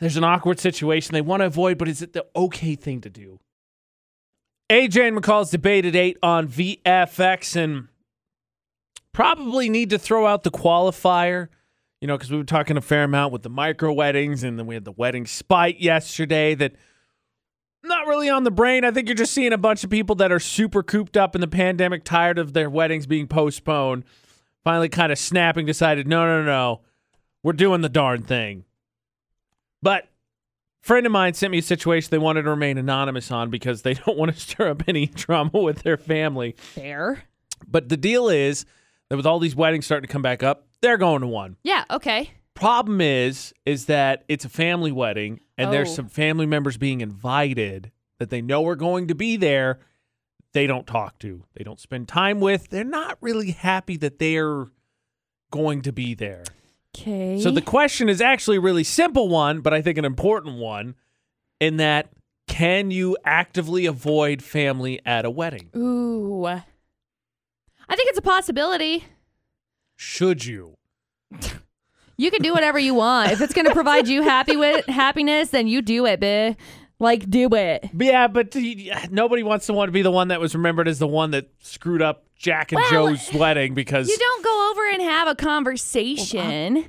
There's an awkward situation they want to avoid, but is it the okay thing to do? AJ McCall's debate at eight on VFX and probably need to throw out the qualifier, you know, because we were talking a fair amount with the micro weddings and then we had the wedding spite yesterday that not really on the brain. I think you're just seeing a bunch of people that are super cooped up in the pandemic, tired of their weddings being postponed, finally kind of snapping, decided, no, no, no, we're doing the darn thing. But friend of mine sent me a situation they wanted to remain anonymous on because they don't want to stir up any drama with their family. Fair. But the deal is that with all these weddings starting to come back up, they're going to one. Yeah. Okay. Problem is, is that it's a family wedding and Oh. there's some family members being invited that they know are going to be there. They don't talk to, they don't spend time with. They're not really happy that they're going to be there. Okay. So the question is actually a really simple one, but I think an important one in that can you actively avoid family at a wedding? Ooh. I think it's a possibility. Should you? You can do whatever you want. If it's going to provide you happy with happiness, then you do it, bitch. Like do it. Yeah, but uh, nobody wants to want to be the one that was remembered as the one that screwed up Jack and Well, Joe's wedding because You don't go over and have a conversation.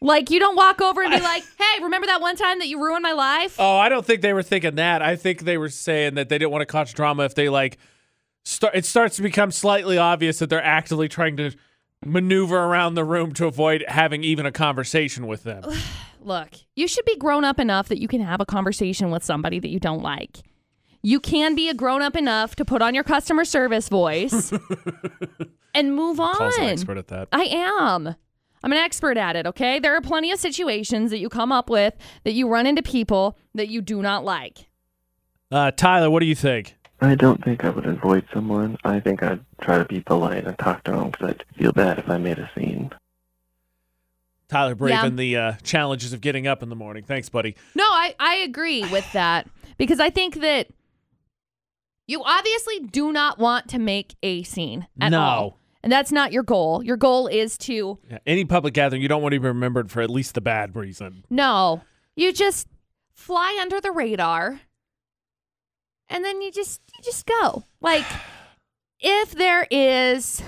Like you don't walk over and be like, "Hey, remember that one time that you ruined my life?" Oh, I don't think they were thinking that. I think they were saying that they didn't want to cause drama if they like start. It starts to become slightly obvious that they're actively trying to maneuver around the room to avoid having even a conversation with them. Look, you should be grown up enough that you can have a conversation with somebody that you don't like. You can be a grown up enough to put on your customer service voice and move on. Paul's an expert at that. I am. I'm an expert at it, okay? There are plenty of situations that you come up with that you run into people that you do not like. Uh, Tyler, what do you think? I don't think I would avoid someone. I think I'd try to be polite and talk to them because I'd feel bad if I made a scene. Tyler braving the uh, challenges of getting up in the morning. Thanks, buddy. No, I, I agree with that because I think that you obviously do not want to make a scene at No. all. And that's not your goal. Your goal is to Yeah, any public gathering, you don't want to be remembered for at least the bad reason. no. You just fly under the radar and then you just you just go. Like if there is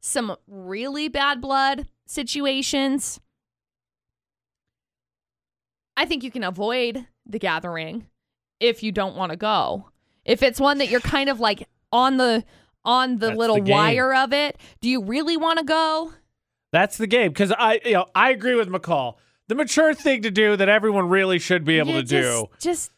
some really bad blood situations. I think you can avoid the gathering if you don't want to go. If it's one that you're kind of like on the on the That's little the game. wire of it, do you really want to go? That's the game because I, you know, I agree with McCall. The mature thing to do that everyone really should be able You to do just, just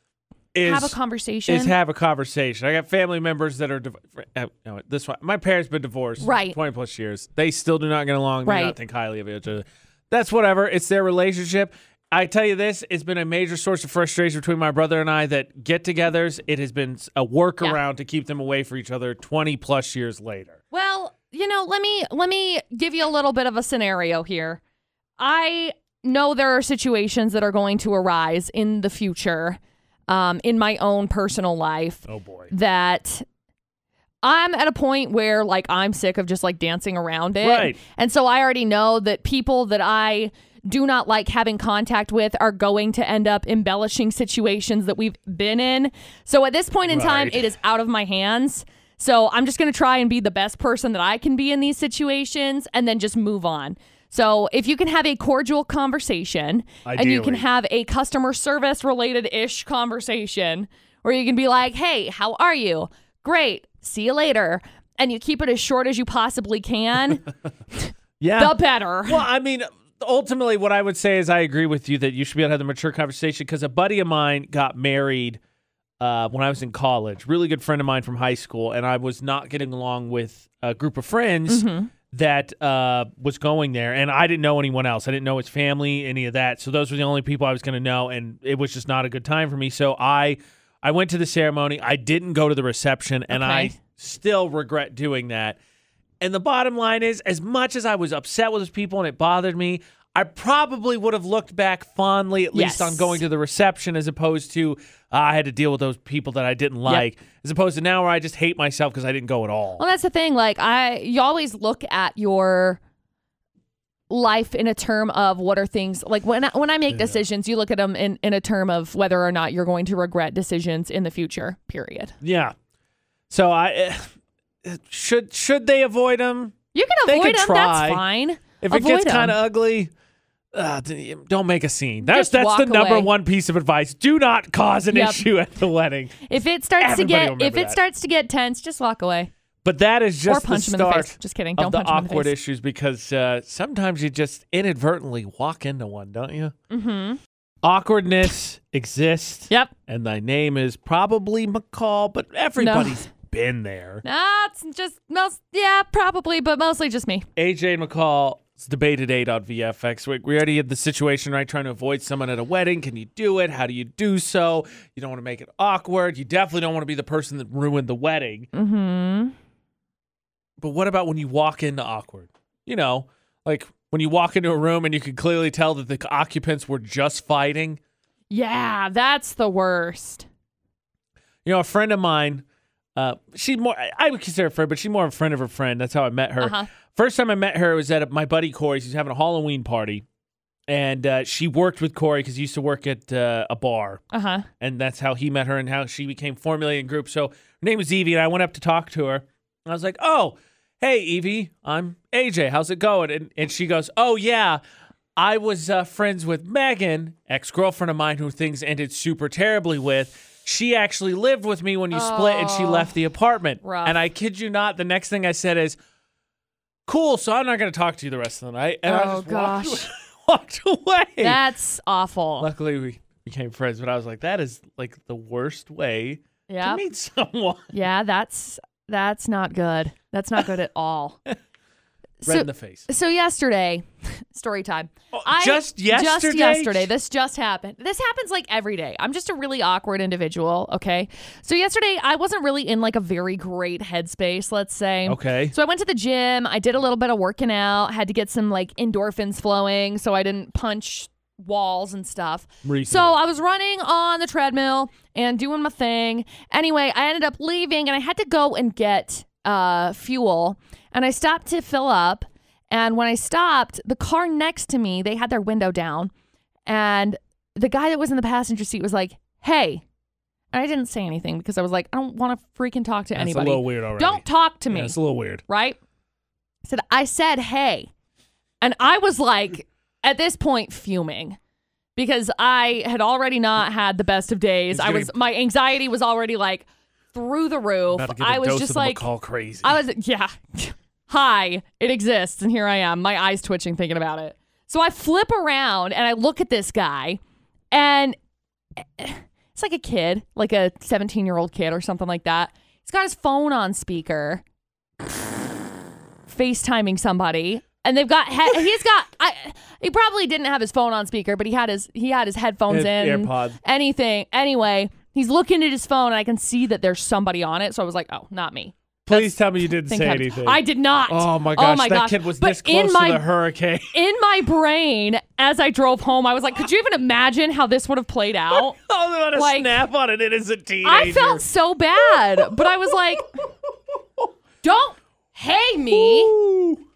is have a conversation. is have a conversation. I got family members that are div- uh, no, this one. My parents been divorced Right. twenty plus years. They still do not get along. Do Right. not think highly of each other. That's whatever. It's their relationship. I tell you this, it's been a major source of frustration between my brother and I that get-togethers. It has been a workaround to keep them away from each other twenty plus years later. Well, you know, let me let me give you a little bit of a scenario here. I know there are situations that are going to arise in the future, um, in my own personal life, Oh boy. that I'm at a point where like I'm sick of just like dancing around it. Right. And so I already know that people that I do not like having contact with are going to end up embellishing situations that we've been in. So at this point in time, Right. it is out of my hands. So I'm just going to try and be the best person that I can be in these situations and then just move on. So if you can have a cordial conversation and you can Ideally. have a customer service related ish conversation where you can be like, hey, how are you? Great. See you later. And you keep it as short as you possibly can, Yeah. the better. Well, I mean, ultimately, what I would say is I agree with you that you should be able to have the mature conversation because a buddy of mine got married uh, when I was in college, really good friend of mine from high school, and I was not getting along with a group of friends that uh, was going there, and I didn't know anyone else. I didn't know his family, any of that. So those were the only people I was going to know, and it was just not a good time for me. So I, I went to the ceremony. I didn't go to the reception, and I Okay. still regret doing that. And the bottom line is, as much as I was upset with those people and it bothered me, I probably would have looked back fondly, at least on Yes. going to the reception, as opposed to uh, I had to deal with those people that I didn't like, as opposed to now where I just hate myself because I didn't go at all. Well, that's the thing. Like I, you always look at your life in a term of what are things like when I, when I make decisions, you look at them in in a term of whether or not you're going to regret decisions in the future. Period. yeah. So I eh, should should they avoid them You can They avoid could them. try. That's fine. if avoid it gets 'em. kind of ugly? Uh, d- don't make a scene. That's Just that's walk the number away. one piece of advice. Do not cause an Yep. issue at the wedding. If it starts to Everybody will get if remember it that. starts to get tense, just walk away But that is just or punch the him in the start. face. Just kidding. Don't of the punch him in the awkward face. issues because uh, sometimes you just inadvertently walk into one, don't you? Mm-hmm. Awkwardness exists, Yep. and thy name is probably McCall, but everybody's been there. Nah, it's just most yeah, probably, but mostly just me. AJ McCall's debate at 8 on VFX. We, we already had the situation, right? Trying to avoid someone at a wedding. Can you do it? How do you do so? You don't want to make it awkward. You definitely don't want to be the person that ruined the wedding. Mm-hmm. But what about when you walk into awkward? You know, like when you walk into a room and you can clearly tell that the occupants were just fighting. Yeah, that's the worst. You know, a friend of mine, uh, she more I- I would consider her a friend, but she's more of a friend of a friend. That's how I met her. Uh-huh. First time I met her was at a, my buddy Corey's. He's having a Halloween party, and uh, she worked with Corey because he used to work at uh, a bar. Uh huh. and that's how he met her and how she became formulated in group. So her name was Evie, and I went up to talk to her. And I was like, "Oh, hey Evie, I'm AJ. How's it going?" And and she goes, "Oh yeah, I was uh, friends with Megan, ex girlfriend of mine, who things ended super terribly with." She actually lived with me when you split and she Oh, left the apartment. rough. And I kid you not, the next thing I said is, Cool, so I'm not going to talk to you the rest of the night. And I Oh, just walked gosh. walked away. That's awful. Luckily, we became friends, but I was like, that is like the worst way Yeah. to meet someone. Yeah, that's that's not good. That's not good at all. Red so in the face. so yesterday, story time. Oh, I- just yesterday? Just yesterday. This just happened. This happens like every day. I'm just a really awkward individual, okay? So yesterday I wasn't really in like a very great headspace, let's say. Okay. So I went to the gym. I did a little bit of working out. Had to get some like endorphins flowing, so I didn't punch walls and stuff. So Reasonable. I was running on the treadmill and doing my thing. Anyway, I ended up leaving, and I had to go and get uh, fuel. And I stopped to fill up. And when I stopped, the car next to me they had their window down, and the guy that was in the passenger seat was like, "Hey." And I didn't say anything because I was like, I don't want to freaking talk to That's anybody. a little weird already. Don't talk to me Yeah, it's a little weird. right? said, I said, hey. And I was like, at this point, fuming because I had already not had the best of days. I getting- was, my anxiety was already like through the roof. About to get a I was dose just of the like, McCall crazy. I was, yeah. Hi, it exists, and here I am, my eyes twitching thinking about it. So I flip around and I look at this guy, and it's like a kid, like a 17 year old kid or something like that. He's got his phone on speaker, FaceTiming somebody. And they've got he- he's got I he probably didn't have his phone on speaker, but he had his he had his headphones His in AirPod. anything. Anyway, he's looking at his phone and I can see that there's somebody on it. So I was like, oh, not me. Please tell me you didn't Thank say heavens. anything. I did not. Oh my gosh, Oh my that gosh. kid was but this close in my, to the hurricane. In my brain, as I drove home, I was like, could you even imagine how this would have played out? oh, about to Like- snap on an innocent teenager. I felt so bad, but I was like, don't hey me. Ooh.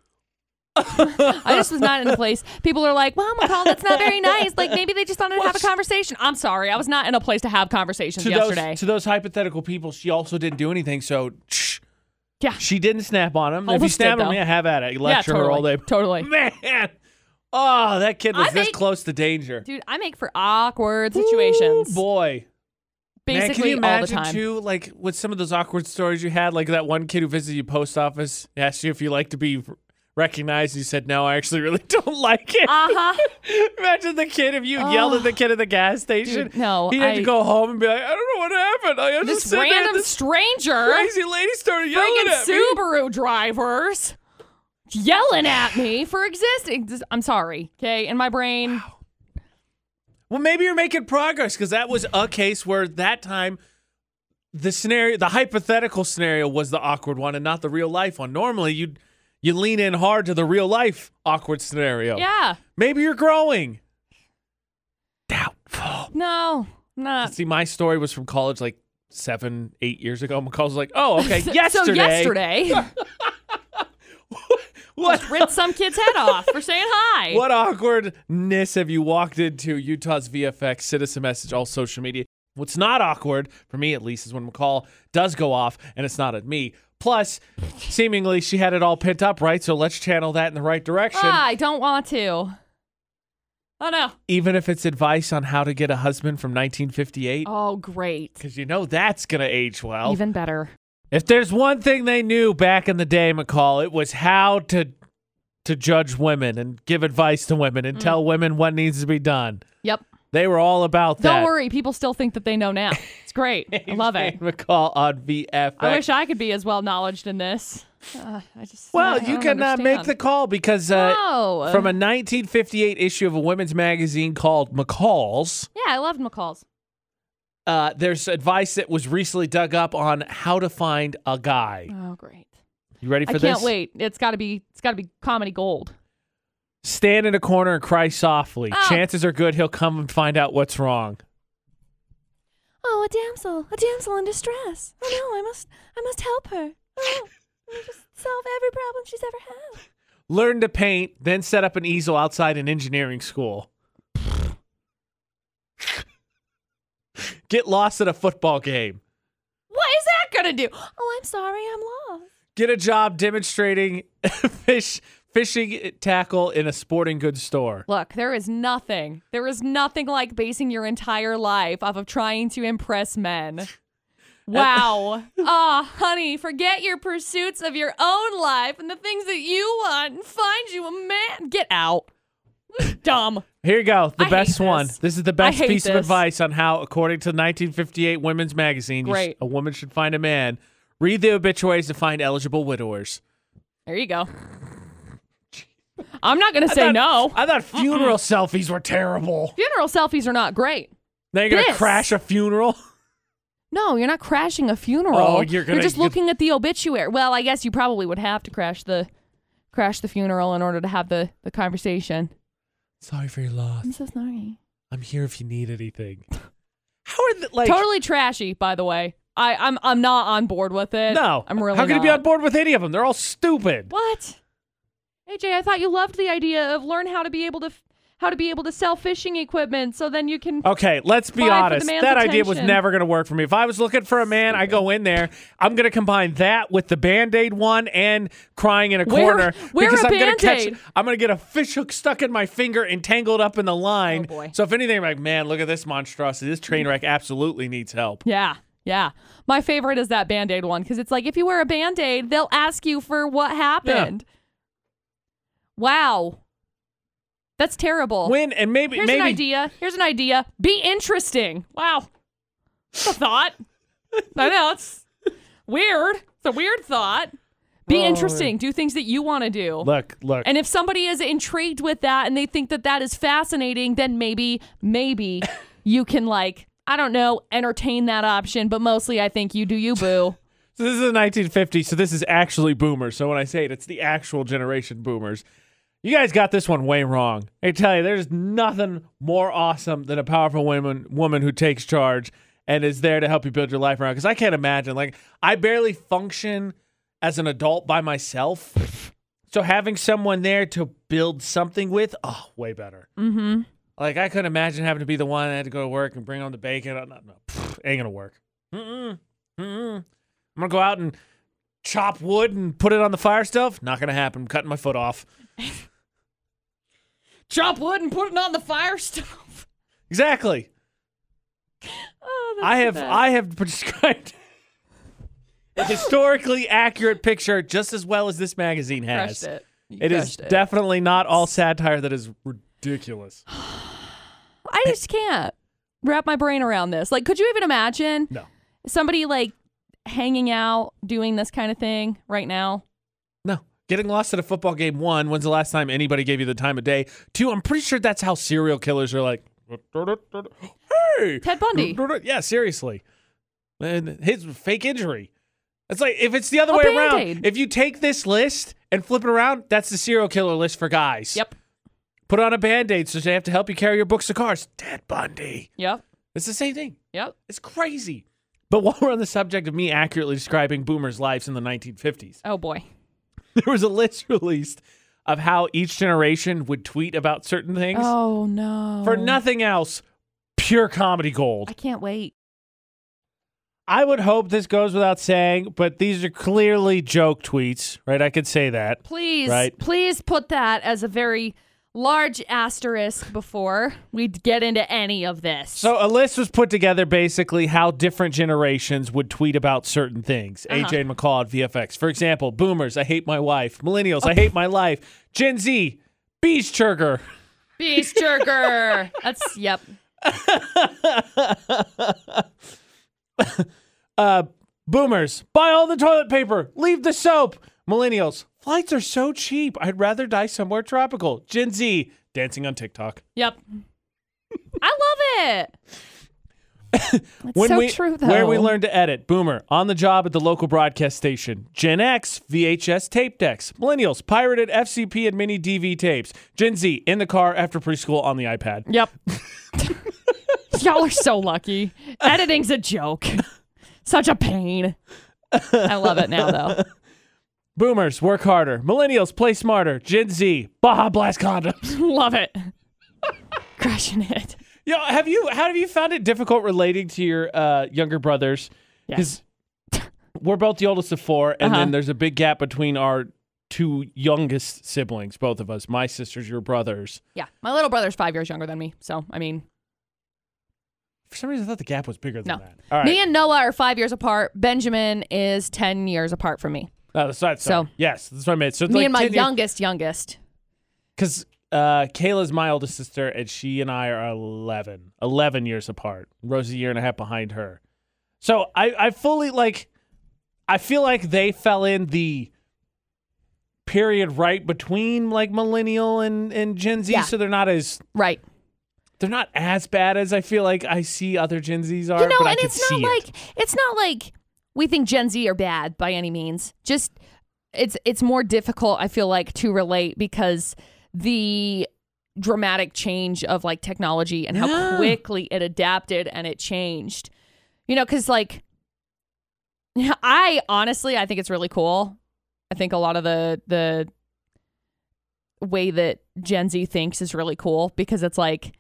I just was not in a place. People are like, well, McCall, that's not very nice. Like, maybe they just wanted to have a conversation. I'm sorry. I was not in a place to have conversations to yesterday. those to those hypothetical people, she also didn't do anything. So, shh. Yeah. she didn't snap on him. Almost if you snap did, on though. me, I have at it. You yeah, lecture totally. her all day. Totally. Man, oh, that kid was I this make- close to danger. Dude, I make for awkward situations. Ooh, boy. Man, can basically you all the imagine time. too, like with some of those awkward stories you had, like that one kid who visited you post office, and asked you if you like to be r- recognized, and you said no, I actually really don't like it. Uh-huh. imagine the kid if you yelled at the kid at the gas station. Dude, no, he had I- to go home and be like, I don't know what happened. I was just this sitting there, random this stranger crazy lady started yelling friggin' at me. Subaru drivers yelling at me for existing. Just- I'm sorry. Okay, in my brain, Well, maybe you're making progress because that was a case where that time the scenario, the hypothetical scenario, was the awkward one and not the real life one. Normally, you you lean in hard to the real life awkward scenario. yeah, Maybe you're growing. Doubtful. no, not. See, my story was from college, like seven, eight years ago. McCall's like, oh, okay, yesterday. So yesterday, What? ripped some kid's head off for saying hi. What awkwardness have you walked into? Utah's VFX, citizen message, all social media. What's not awkward, for me at least, is when McCall does go off and it's not at me. Plus, seemingly she had it all pent up, right? So let's channel that in the right direction. Ah, I don't want to. Oh no. Even if it's advice on how to get a husband from 1958, Oh great. because you know that's going to age well. Even better. If there's one thing they knew back in the day, McCall, it was how to to judge women and give advice to women Mm. and tell women what needs to be done. Yep. They were all about that. Don't worry. People still think that they know now. It's great. I love it. Shane McCall on VFX. I wish I could be as well knowledged in this. Uh, I just well, I you don't cannot make the understand. Oh. um, call because uh, no from a 1958 issue of a women's magazine called McCall's, yeah. I loved McCall's. uh, there's advice that was recently dug up on how to find a guy. Oh, great! You ready I for can't this? wait. It's got to be it's got to be comedy gold. Stand in a corner and cry softly. Oh. Chances are good he'll come and find out what's wrong. Oh, a damsel, a damsel in distress. Oh no, I must I must help her. Oh, I just solve every problem she's ever had. Learn to paint, then set up an easel outside an engineering school. Get lost at a football game. What is that gonna do? Oh, I'm sorry, I'm lost. get a job demonstrating fish fishing tackle in a sporting goods store. Look, there is nothing. There is nothing like basing your entire life off of trying to impress men. Wow. Ah, honey, forget your pursuits of your own life and the things that you want and find you a man. Get out. This is dumb. Here you go, the I best hate one. this. This is the best hate piece of this. advice on how, according to 1958 Women's Magazine, you sh- Great. a woman should find a man. Read the obituaries to find eligible widowers. There you go. I'm not going to say I no. thought- I thought funeral selfies were terrible. Funeral selfies are not great. Now you're gonna This- crash a funeral. No, you're not crashing a funeral. Oh, you're gonna- just you're- looking at the obituary. Well, I guess you probably would have to crash the crash the funeral in order to have the the conversation. Sorry for your loss. I'm so sorry. I'm here if you need anything. How are the, like Totally trashy, by the way. I I'm I'm not on board with it. no? I'm really How can not. you be on board with any of them? They're all stupid. What? AJ, I thought you loved the idea of learn how to be able to f- how to be able to sell fishing equipment so then you can Okay, let's be Fine for the honest. That man's idea was attention. never going to work for me. If I was looking for a man, I go in there. I'm going to combine that with the band aid one and crying in a Wear- corner wear because a I'm going to catch. Band-Aid. I'm going to get a fish hook stuck in my finger and tangled up in the line. Oh, boy. So if anything, I'm like, man, look at this monstrosity. This train wreck absolutely needs help. Yeah. Yeah. My favorite is that band aid one because it's like if you wear a band aid, they'll ask you for what happened. Wow. That's terrible. When and maybe Here's maybe an idea. Here's an idea. Be interesting. Wow. It's a thought. I know. It's weird. It's a weird thought. Be interesting. Do things that you want to do. look look. And if somebody is intrigued with that and they think that that is fascinating, then maybe, maybe you can, like, I don't know, entertain that option. But mostly, I think you do you, boo. So this is the 1950s, so this is actually boomers. So when I say it, it's the actual generation boomers. You guys got this one way wrong. I tell you, there's nothing more awesome than a powerful woman woman who takes charge and is there to help you build your life around. Because I can't imagine, like, I barely function as an adult by myself. so having someone there to build something with, oh, way better. Mm-hmm. Like I couldn't imagine having to be the one that had to go to work and bring home the bacon. Oh, No, no, pff, ain't gonna work. Mm-mm, mm-mm. I'm gonna go out and chop wood and put it on the fire stove. Not gonna happen. I'm cutting my foot off. Chop wood and put it on the fire stove. Exactly. Oh, that's I the have best. I have prescribed a historically accurate picture just as well as this magazine crushed has. it. You it is crushed it. definitely not all satire that is ridiculous. I just can't wrap my brain around this. Like, could you even imagine No. somebody like hanging out doing this kind of thing right now? No. Getting lost at a football game, one, when's the last time anybody gave you the time of day? Two, I'm pretty sure that's how serial killers are like, hey, Ted Bundy. Yeah, seriously. And his fake injury. It's like if it's the other A way around. Band-Aid. If you take this list and flip it around, that's the serial killer list for guys. Yep. Put on a band-aid so they have to help you carry your books to cars. Ted Bundy. Yep. It's the same thing. Yep. It's crazy. But while we're on the subject of me accurately describing boomers' lives in the 1950s, Oh boy. there was a list released of how each generation would tweet about certain things. Oh no. For nothing else, pure comedy gold. I can't wait. I would hope this goes without saying, but these are clearly joke tweets, right? I could say that. Please, Right. please put that as a very large asterisk before we get into any of this. So a list was put together basically how different generations would tweet about certain things. AJ and McCall at VFX. For example, boomers, I hate my wife. Millennials, I hate my life. Gen Z, beast churger. Beast jerker. That's yep. Uh, boomers, buy all the toilet paper, leave the soap. Millennials, flights are so cheap. I'd rather die somewhere tropical. Gen Z, dancing on TikTok. Yep. I love it. It's when so we, true though. Where we learned to edit. Boomer, on the job at the local broadcast station. Gen X, VHS tape decks. Millennials, pirated FCP and mini DV tapes. Gen Z, in the car after preschool on the iPad. Yep. Y'all are so lucky. Editing's a joke. Such a pain. I love it now though. Boomers, work harder. Millennials, play smarter. Gen Z, Baja Blast condoms. love it. Crushing it. Yo, have you, how have you found it difficult relating to your uh, younger brothers? Because we're both the oldest of four, and Uh-huh. then there's a big gap between our two youngest siblings, both of us. My sisters, your brothers. Yeah. My little brother's five years younger than me. So I mean For some reason, I thought the gap was bigger than No. that. All right. Me and Noah are five years apart. Benjamin is 10 years apart from me. Oh, that's right. So So- yes, that's what I meant. So it's me like and my youngest, youngest. because uh, Kayla's my oldest sister, and she and I are 11, 11 years apart. Rose a year and a half behind her. So I, I fully like, I feel like they fell in the period right between like millennial and and Gen Z. Yeah. So they're not as Right. they're not as bad as I feel like I see other Gen Zs are. You know, but I and could it's not see it. like it's not like we think Gen Z are bad by any means. Just it's it's more difficult, I feel like, to relate because the dramatic change of like technology and how Yeah. quickly it adapted and it changed. You know, because like I honestly I think it's really cool. I think a lot of the the way that Gen Z thinks is really cool because it's like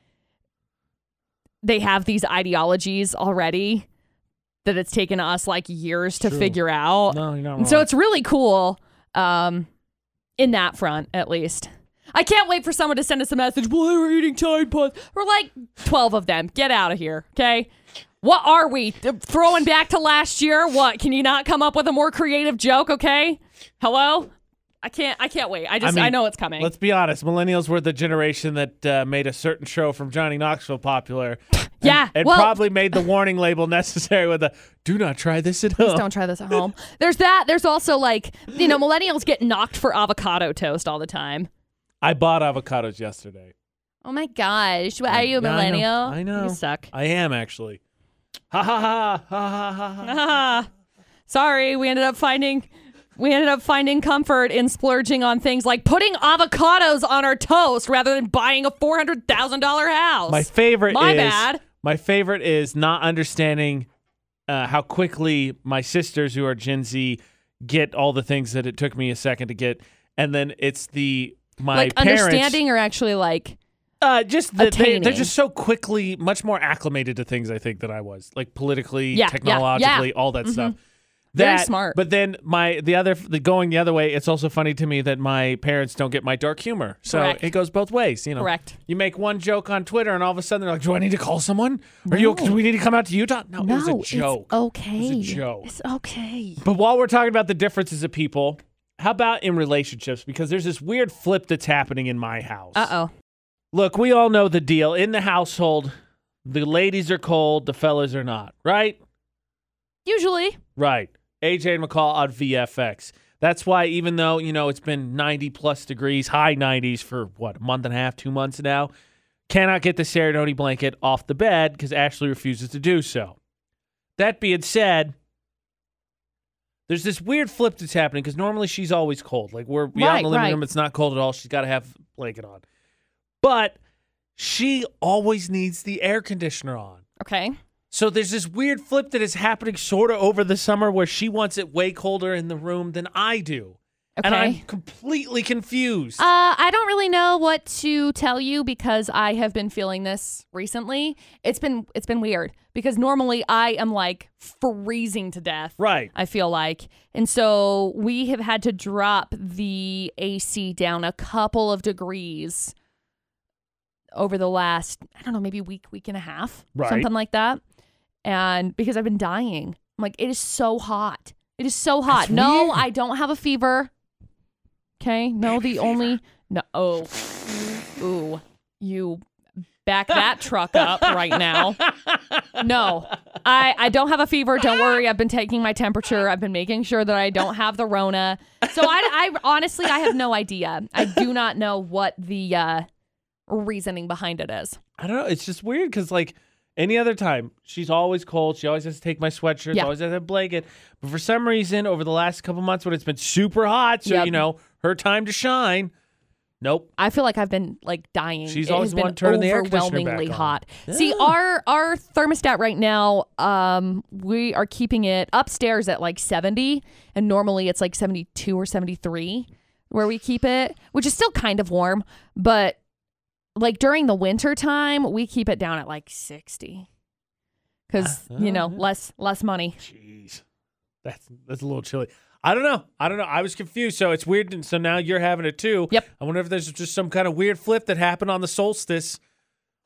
they have these ideologies already that it's taken us like years to True. figure out. No, you're not wrong. And so it's really cool um, in that front, at least. I can't wait for someone to send us a message. Well, they were eating Tide Pods. We're like 12 of them. Get out of here, okay? What are we? th- Throwing back to last year? What? Can you not come up with a more creative joke, okay? Hello? I can't I can't wait. I just I, mean, know it's coming. Let's be honest. Millennials were the generation that uh, made a certain show from Johnny Knoxville popular. yeah. And well, probably made the warning label necessary with a "Do not try this at home." don't try this at home. There's that. There's also like, you know, millennials get knocked for avocado toast all the time. I bought avocados yesterday. Oh my gosh. What, Are you a Yeah, I know. millennial? I know. You suck. I am actually. Ha ha ha ha ha ha. ha. Ah, sorry, we ended up finding we ended up finding comfort in splurging on things like putting avocados on our toast rather than buying a four hundred thousand dollar house. My favorite My is bad. my favorite is not understanding uh, how quickly my sisters who are Gen Z get all the things that it took me a second to get, and then it's the my like parents, understanding or actually like Uh, just that they, they're attaining. just so quickly, much more acclimated to things. I think than I was, like politically, Yeah, yeah, technologically, yeah. all that stuff. Very smart. But then my the other the going the other way. It's also funny to me that my parents don't get my dark humor, so Correct. it goes both ways. You know, Correct. You make one joke on Twitter, and all of a sudden they're like, "Do I need to call someone? Are you? Do we need to come out to Utah?" No, it was a joke. okay. It was a joke. It's okay. But while we're talking about the differences of people, how about in relationships? Because there's this weird flip that's happening in my house. Uh oh. Look, we all know the deal. In the household, the ladies are cold, the fellas are not, right? Usually. Right. AJ and McCall on VFX. That's why, even though, you know, it's been 90 plus degrees, high 90s for what, a month and a half, two months now, cannot get the Serenity blanket off the bed because Ashley refuses to do so. That being said, there's this weird flip that's happening because normally she's always cold. Like we're we out in Right, the living right. room, it's not cold at all. She's got to have a blanket on, but she always needs the air conditioner on. Okay. So there's this weird flip that is happening sort of over the summer where she wants it way colder in the room than I do. And Okay. I'm completely confused. Uh, I don't really know what to tell you because I have been feeling this recently. It's been it's been weird because normally I am like freezing to death. right. I feel like. And so we have had to drop the AC down a couple of degrees over the last, I don't know, maybe week, week and a half, Right. something like that. And because I've been dying, I'm like, it is so hot. It is so hot. That's no, weird. I don't have a fever. Okay. No, the only, no, oh, ooh, you back that truck up right now. No, I, I don't have a fever. Don't worry. I've been taking my temperature. I've been making sure that I don't have the Rona. So I, I honestly, I have no idea. I do not know what the uh, reasoning behind it is. I don't know. It's just weird because, like, any other time, she's always cold. She always has to take my sweatshirt. Yeah. Always has a blanket. But for some reason, over the last couple months when it's been super hot, so, Yep. you know, her time to shine. Nope. I feel like I've been like dying. She's It always has the been one turning the air conditioner back overwhelmingly on. hot. See, our our thermostat right now, um, we are keeping it upstairs at like seventy, and normally it's like seventy two or seventy three where we keep it, which is still kind of warm, but like during the winter time, we keep it down at like sixty. Because Ah, you know, less less money. Jeez. That's, that's a little chilly. I don't know. I don't know. I was confused. So it's weird. And so now you're having it too. Yep. I wonder if there's just some kind of weird flip that happened on the solstice.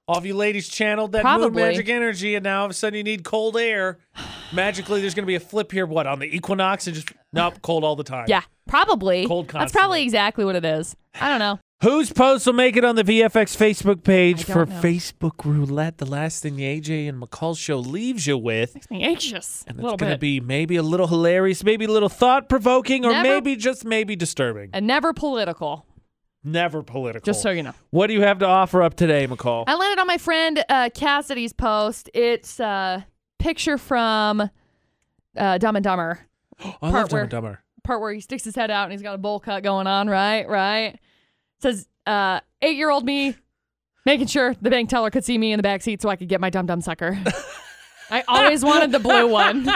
All of you ladies channeled that moon Probably. magic energy, and now all of a sudden you need cold air. Magically, there's going to be a flip here. What on the equinox? And just nope, cold all the time. Yeah, probably. Cold That's constantly. probably exactly what it is. I don't know. Whose post will make it on the VFX Facebook page I for don't know. Facebook Roulette? The last thing the AJ and McCall show leaves you with. Makes me anxious. And a it's little going to bit. be maybe a little hilarious, maybe a little thought provoking, or Never- maybe just maybe disturbing. and never political. Never political. Just so you know. What do you have to offer up today, McCall? I landed on my friend uh, Cassidy's post. It's a picture from uh, Dumb and Dumber. Oh, I love part Dumb where- and Dumber. Part where he sticks his head out and he's got a bowl cut going on, right? Right. says, uh, eight year old me making sure the bank teller could see me in the back seat so I could get my dum dum sucker. I always wanted the blue one.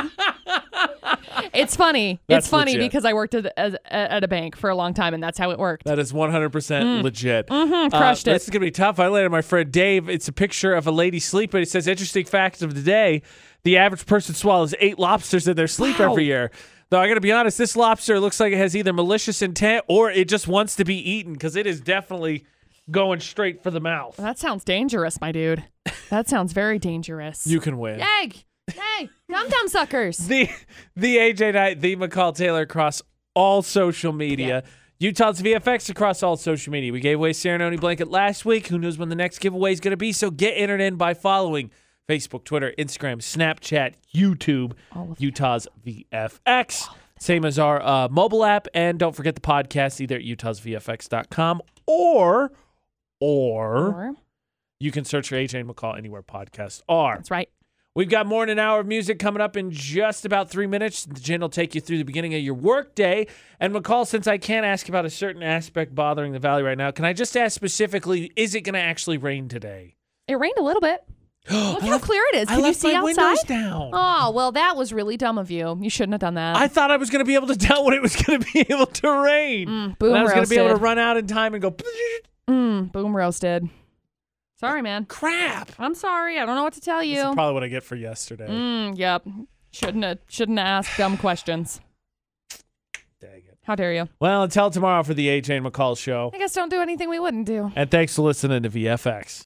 It's funny. That's it's funny legit. because I worked at, as, at a bank for a long time, and that's how it worked. That is 100% Mm. legit. Mm-hmm, crushed This it. is going to be tough. I landed my friend Dave. It's a picture of a lady sleeping. It says, interesting facts of the day. The average person swallows eight lobsters in their sleep every year. Though I got to be honest, this lobster looks like it has either malicious intent or it just wants to be eaten because it is definitely going straight for the mouth. Uh, that sounds dangerous, my dude. That sounds very dangerous. You can win. Egg. Hey, dum dum suckers. the the AJ Knight, the McCall Taylor across all social media. Utah's VFX across all social media. We gave away Serenoni blanket last week. Who knows when the next giveaway is going to be? So get entered in by following Facebook, Twitter, Instagram, Snapchat, YouTube, Utah's VFX. Same as our uh, mobile app. And don't forget the podcast either at utahsvfx.com or, or Or- you can search for AJ and McCall anywhere podcasts are. That's right. We've got more than an hour of music coming up in just about three minutes. The gin will take you through the beginning of your workday. And McCall, since I can't ask about a certain aspect bothering the valley right now, can I just ask specifically, is it going to actually rain today? It rained a little bit. Look how clear it is. I Can you left see my outside? windows down. Oh, well, that was really dumb of you. You shouldn't have done that. I thought I was going to be able to tell when it was going to be able to rain. Mm, boom and I was gonna be able to roasted. run out in time and go, Mm, boom roasted. Sorry, man. crap. I'm sorry. I don't know what to tell you. That's probably what I get for yesterday. Mm, yep. Shouldn't have, shouldn't have asked dumb questions. Dang it. How dare you? Well, until tomorrow for the AJ and McCall show. I guess don't do anything we wouldn't do. And thanks for listening to VFX.